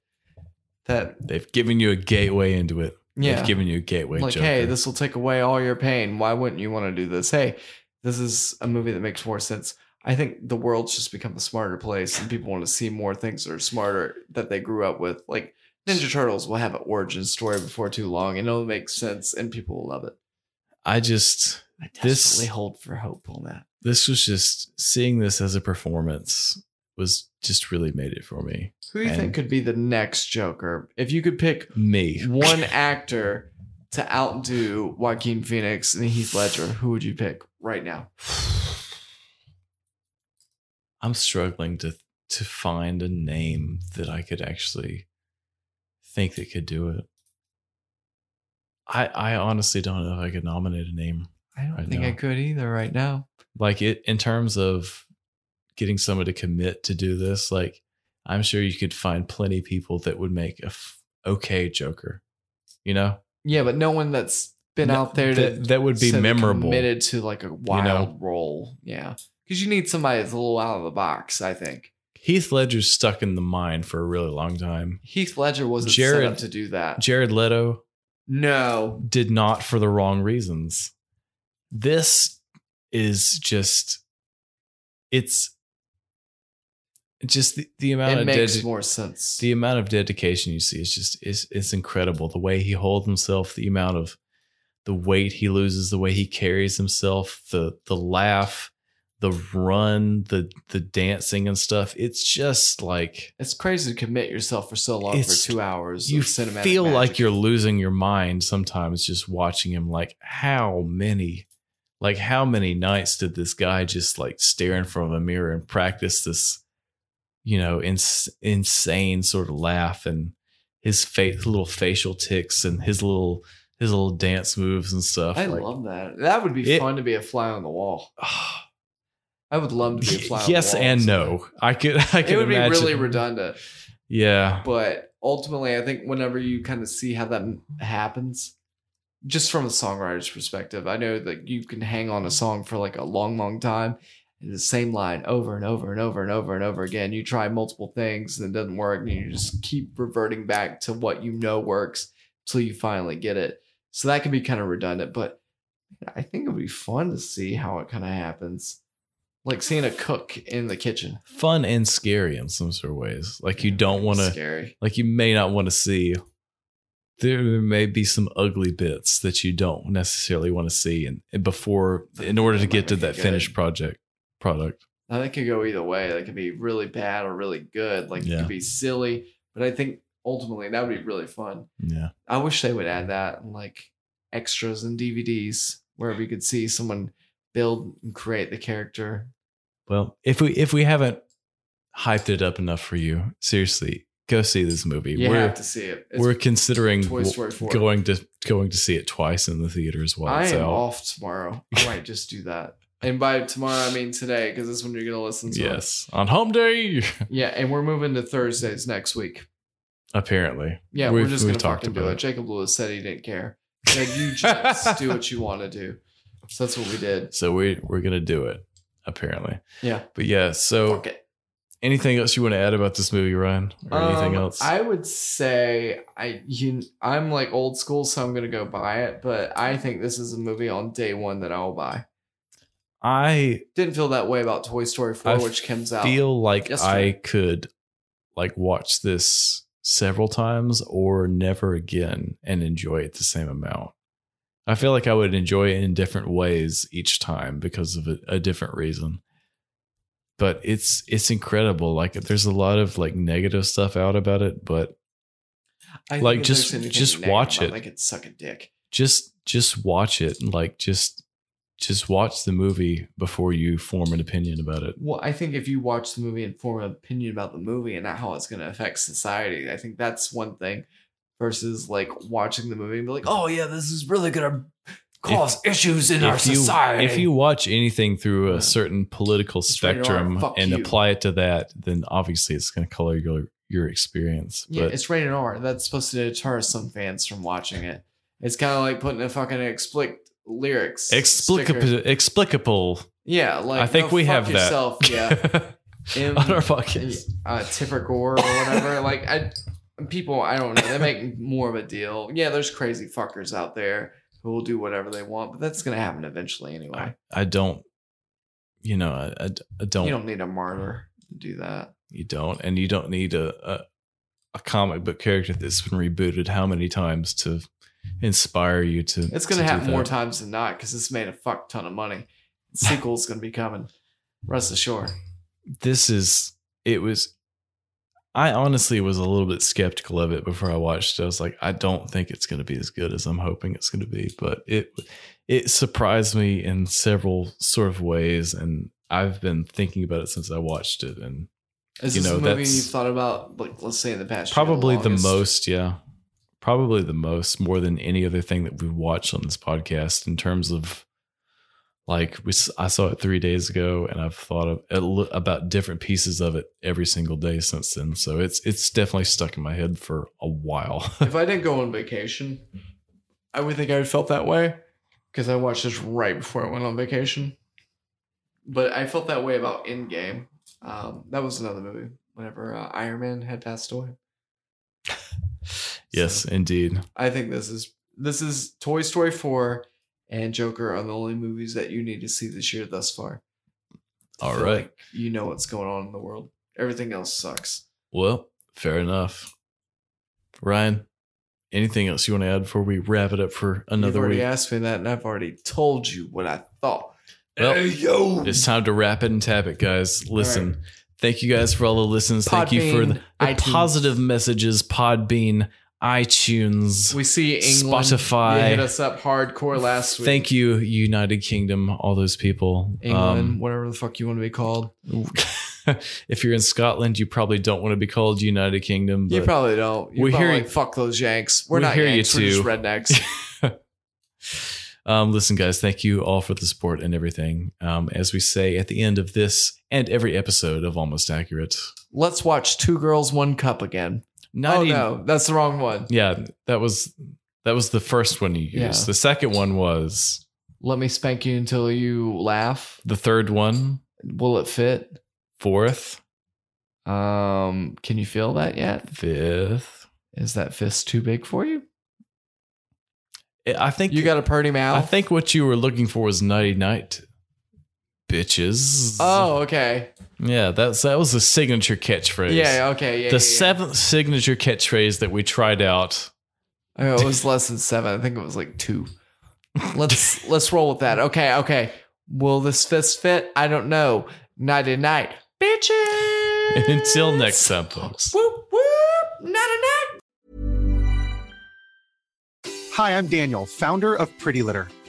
[SPEAKER 2] That
[SPEAKER 1] They've given you a gateway into it.
[SPEAKER 2] yeah,
[SPEAKER 1] They've given you a gateway.
[SPEAKER 2] like,
[SPEAKER 1] Joker.
[SPEAKER 2] hey, this will take away all your pain. Why wouldn't you want to do this? Hey, this is a movie that makes more sense. I think the world's just become a smarter place, and people want to see more things that are smarter that they grew up with. Like Ninja Turtles will have an origin story before too long, and it'll make sense, and people will love it.
[SPEAKER 1] I just
[SPEAKER 2] I
[SPEAKER 1] This-
[SPEAKER 2] desperately hold for hope on that.
[SPEAKER 1] this was just seeing this as a performance was just really made it for me.
[SPEAKER 2] Who do you
[SPEAKER 1] And-
[SPEAKER 2] think could be the next Joker? If you could pick
[SPEAKER 1] Me.
[SPEAKER 2] (laughs) one actor to outdo Joaquin Phoenix and Heath Ledger, who would you pick right now?
[SPEAKER 1] (sighs) I'm struggling to to find a name that I could actually think that could do it. I I honestly don't know if I could nominate a name.
[SPEAKER 2] I don't
[SPEAKER 1] Right
[SPEAKER 2] think I
[SPEAKER 1] now.
[SPEAKER 2] could either right now.
[SPEAKER 1] like it in terms of getting someone to commit to do this like i'm sure you could find plenty of people that would make a f- okay joker you know
[SPEAKER 2] Yeah, but no one that's been
[SPEAKER 1] No,
[SPEAKER 2] out there to
[SPEAKER 1] that, that would be
[SPEAKER 2] said
[SPEAKER 1] memorable
[SPEAKER 2] committed to like a wild role. Yeah, because you need somebody that's a little out of the box. I think
[SPEAKER 1] heath ledger's stuck in the mind for a really long time
[SPEAKER 2] Heath Ledger wasn't set
[SPEAKER 1] Jared-
[SPEAKER 2] up to do that.
[SPEAKER 1] jared leto
[SPEAKER 2] no,
[SPEAKER 1] did not for the wrong reasons this is just it's just the, the amount
[SPEAKER 2] it
[SPEAKER 1] of
[SPEAKER 2] makes
[SPEAKER 1] dedi-
[SPEAKER 2] more sense.
[SPEAKER 1] the amount of dedication you see is just it's, it's incredible the way he holds himself the amount of the weight he loses the way he carries himself the the laugh the run the the dancing and stuff it's just like
[SPEAKER 2] it's crazy to commit yourself for so long
[SPEAKER 1] It's-
[SPEAKER 2] for two hours.
[SPEAKER 1] you
[SPEAKER 2] of cinematic
[SPEAKER 1] feel
[SPEAKER 2] magic.
[SPEAKER 1] like you're losing your mind sometimes just watching him like how many like how many nights did this guy just like stare in front of a mirror and practice this you know ins- insane sort of laugh and his fa- little facial ticks and his little his little dance moves and stuff
[SPEAKER 2] I
[SPEAKER 1] like,
[SPEAKER 2] love that. That would be
[SPEAKER 1] It- (sighs)
[SPEAKER 2] fun to be a fly on the wall. I would
[SPEAKER 1] (laughs)
[SPEAKER 2] love to be a fly. on the
[SPEAKER 1] yes
[SPEAKER 2] wall
[SPEAKER 1] and
[SPEAKER 2] someday.
[SPEAKER 1] no. I could (laughs) I could
[SPEAKER 2] It would
[SPEAKER 1] imagine.
[SPEAKER 2] be really redundant,
[SPEAKER 1] yeah.
[SPEAKER 2] but ultimately, I think whenever you kind of see how that happens, just from a songwriter's perspective, I know that you can hang on a song for like a long, long time. And the same line over and over and over and over and over again. You try multiple things and it doesn't work, and you just keep reverting back to what you know works till you finally get it. So that can be kind of redundant, but I think it would be fun to see how it kind of happens. Like seeing a cook in the kitchen.
[SPEAKER 1] Fun and scary in some sort of ways. Like you don't want to
[SPEAKER 2] Scary.
[SPEAKER 1] like you may not want to see there may be some ugly bits that you don't necessarily want to see and, and before in order to
[SPEAKER 2] That might
[SPEAKER 1] get to
[SPEAKER 2] make
[SPEAKER 1] that
[SPEAKER 2] it good.
[SPEAKER 1] finished project product
[SPEAKER 2] Now, that could go either way. That could be really bad or really good. Like it
[SPEAKER 1] Yeah.
[SPEAKER 2] could be silly, but I think ultimately that would be really fun.
[SPEAKER 1] yeah
[SPEAKER 2] I wish they would add that in like extras and DVDs wherever you could see someone build and create the character.
[SPEAKER 1] well if we if we haven't hyped it up enough for you seriously go see this movie
[SPEAKER 2] You
[SPEAKER 1] we're
[SPEAKER 2] have to see it. It's-
[SPEAKER 1] we're considering
[SPEAKER 2] Toy Story
[SPEAKER 1] w-
[SPEAKER 2] 4.
[SPEAKER 1] going to going to see it twice in the theater as well
[SPEAKER 2] I am
[SPEAKER 1] so
[SPEAKER 2] off tomorrow.
[SPEAKER 1] (laughs)
[SPEAKER 2] I might just do that. And by tomorrow, I mean today, because this is when you're going to listen to it.
[SPEAKER 1] yes on home day
[SPEAKER 2] Yeah, and we're moving to Thursdays next week.
[SPEAKER 1] apparently
[SPEAKER 2] Yeah, we're
[SPEAKER 1] We've-
[SPEAKER 2] just
[SPEAKER 1] we've
[SPEAKER 2] gonna
[SPEAKER 1] talked
[SPEAKER 2] fucking do
[SPEAKER 1] about
[SPEAKER 2] it.
[SPEAKER 1] it.
[SPEAKER 2] Jacob Lewis said he
[SPEAKER 1] (laughs)
[SPEAKER 2] didn't care. Said you just do what you want to do. So that's what we did.
[SPEAKER 1] so we we're gonna do it apparently
[SPEAKER 2] Yeah.
[SPEAKER 1] but yeah so
[SPEAKER 2] Fuck it.
[SPEAKER 1] Anything else you want to add about this movie, Ryan, or anything
[SPEAKER 2] Um,
[SPEAKER 1] else?
[SPEAKER 2] I would say I you I'm like old school, so I'm gonna go buy it. But I think this is a movie on day one that I'll buy.
[SPEAKER 1] I
[SPEAKER 2] Didn't feel that way about Toy Story Four,
[SPEAKER 1] I
[SPEAKER 2] which comes out.
[SPEAKER 1] feel like
[SPEAKER 2] yesterday.
[SPEAKER 1] I could like watch this several times or never again and enjoy it the same amount. I feel like I would enjoy it in different ways each time because of a, a different reason. But it's it's incredible. Like there's a lot of like negative stuff out about it, but
[SPEAKER 2] I think
[SPEAKER 1] like,
[SPEAKER 2] if
[SPEAKER 1] just-
[SPEAKER 2] there's anything
[SPEAKER 1] just
[SPEAKER 2] negative
[SPEAKER 1] watch
[SPEAKER 2] about
[SPEAKER 1] it.
[SPEAKER 2] I could suck a dick.
[SPEAKER 1] just just watch it. Like just just watch the movie before you form an opinion about it.
[SPEAKER 2] Well, I think if you watch the movie and form an opinion about the movie and not how it's going to affect society, I think that's one thing versus like watching the movie and be like, oh, yeah, this is really going to cause issues in our
[SPEAKER 1] you,
[SPEAKER 2] society.
[SPEAKER 1] If you watch anything through
[SPEAKER 2] Yeah.
[SPEAKER 1] a certain political
[SPEAKER 2] It's rated R,
[SPEAKER 1] spectrum
[SPEAKER 2] fuck
[SPEAKER 1] and
[SPEAKER 2] you.
[SPEAKER 1] apply it to that, then obviously it's going to color your your experience.
[SPEAKER 2] yeah,
[SPEAKER 1] but
[SPEAKER 2] it's rated R. That's supposed to deter some fans from watching it. It's kind of like putting a fucking explic lyrics. sticker.
[SPEAKER 1] explicable, explicable
[SPEAKER 2] Yeah, like
[SPEAKER 1] I think
[SPEAKER 2] no,
[SPEAKER 1] we
[SPEAKER 2] fuck
[SPEAKER 1] have that.
[SPEAKER 2] yourself.
[SPEAKER 1] (laughs)
[SPEAKER 2] Yeah. M-
[SPEAKER 1] on our podcast.
[SPEAKER 2] uh, Tipper Gore or
[SPEAKER 1] (laughs)
[SPEAKER 2] whatever. like I, people, I don't know. They make more of a deal. Yeah, there's crazy fuckers out there who will do whatever they want, but that's gonna happen eventually anyway.
[SPEAKER 1] I, I don't, you know, I, I, I don't,
[SPEAKER 2] You don't need a martyr to do that.
[SPEAKER 1] and you don't need a, a a comic book character that's been rebooted how many times to inspire you to.
[SPEAKER 2] It's gonna
[SPEAKER 1] to do
[SPEAKER 2] happen more
[SPEAKER 1] that.
[SPEAKER 2] times than not because it's made a fuck ton of money. Sequel's gonna be coming. Rest assured.
[SPEAKER 1] this is it was I honestly was a little bit skeptical of it before I watched it. I was like, I don't think it's going to be as good as I'm hoping it's going to be, but it it surprised me in several sort of ways and I've been thinking about it since I watched it and
[SPEAKER 2] Is
[SPEAKER 1] You
[SPEAKER 2] this
[SPEAKER 1] know,
[SPEAKER 2] a movie
[SPEAKER 1] that's-
[SPEAKER 2] you've thought about? Like, let's say in the past, year,
[SPEAKER 1] probably the
[SPEAKER 2] longest?
[SPEAKER 1] most, yeah. Probably the most more than any other thing that we've watched on this podcast in terms of like we s- I saw it 3 days ago and I've thought of a lo- about different pieces of it every single day since then. So it's it's definitely stuck in my head for a while. (laughs)
[SPEAKER 2] if I didn't go on vacation, I would think I would felt that way because I watched this right before I went on vacation. But I felt that way about Endgame. Um, that was another movie. Whenever uh, Iron Man had passed away,
[SPEAKER 1] (laughs) yes,
[SPEAKER 2] So,
[SPEAKER 1] indeed.
[SPEAKER 2] I think this is this is Toy Story four and Joker are the only movies that you need to see this year thus far. I
[SPEAKER 1] All
[SPEAKER 2] feel
[SPEAKER 1] right.
[SPEAKER 2] like you know what's going on in the world. Everything else sucks.
[SPEAKER 1] Well, fair enough. Ryan, anything else you want to add before we wrap it up for
[SPEAKER 2] You've
[SPEAKER 1] another
[SPEAKER 2] already
[SPEAKER 1] week?
[SPEAKER 2] asked me that, and I've already told you what I thought.
[SPEAKER 1] Well,
[SPEAKER 2] yo,
[SPEAKER 1] It's time to wrap it and tap it, guys. Listen,
[SPEAKER 2] All right.
[SPEAKER 1] thank you guys for all the listens. thank you for the,
[SPEAKER 2] Podbean,
[SPEAKER 1] the
[SPEAKER 2] iTunes.
[SPEAKER 1] positive messages, Podbean, iTunes.
[SPEAKER 2] We see England.
[SPEAKER 1] Spotify.
[SPEAKER 2] They hit us up hardcore last week.
[SPEAKER 1] Thank you, United Kingdom, all those people.
[SPEAKER 2] England, whatever the fuck you want to be called.
[SPEAKER 1] Um, (laughs) if you're in Scotland, you probably don't want to be called United Kingdom. But
[SPEAKER 2] You probably don't.
[SPEAKER 1] we
[SPEAKER 2] we
[SPEAKER 1] hear
[SPEAKER 2] hear
[SPEAKER 1] you-
[SPEAKER 2] like, fuck those Yanks. We're
[SPEAKER 1] we
[SPEAKER 2] not
[SPEAKER 1] hear you (laughs)
[SPEAKER 2] Yanks. We're just
[SPEAKER 1] too.
[SPEAKER 2] rednecks.
[SPEAKER 1] Um, listen, guys, thank you all for the support and everything. Um, as we say at the end of this and every episode of Almost Accurate,
[SPEAKER 2] Let's watch Two Girls, One Cup again. Oh,
[SPEAKER 1] 90
[SPEAKER 2] no, that's the wrong one.
[SPEAKER 1] Yeah, that was that was the first one you used.
[SPEAKER 2] Yeah.
[SPEAKER 1] The second one was
[SPEAKER 2] Let me spank you until you laugh.
[SPEAKER 1] the third one,
[SPEAKER 2] Will it fit?
[SPEAKER 1] fourth,
[SPEAKER 2] Um, can you feel that yet?
[SPEAKER 1] fifth.
[SPEAKER 2] Is that fist too big for you?
[SPEAKER 1] I think
[SPEAKER 2] You got a purty
[SPEAKER 1] I
[SPEAKER 2] mouth.
[SPEAKER 1] think what you were looking for was Nighty Night, bitches.
[SPEAKER 2] Oh, okay.
[SPEAKER 1] yeah, that's that was the signature catchphrase.
[SPEAKER 2] Yeah, okay. Yeah,
[SPEAKER 1] the
[SPEAKER 2] yeah, yeah.
[SPEAKER 1] seventh signature catchphrase that we tried out. (laughs)
[SPEAKER 2] Oh, it was less than seven. I think it was like two.
[SPEAKER 1] (laughs)
[SPEAKER 2] Let's let's roll with that. Okay, okay. Will this fist fit? I don't know. Night and night, bitches.
[SPEAKER 1] (laughs) Until next time, folks.
[SPEAKER 2] Whoop whoop. Night and night.
[SPEAKER 4] Hi, I'm Daniel, founder of Pretty Litter.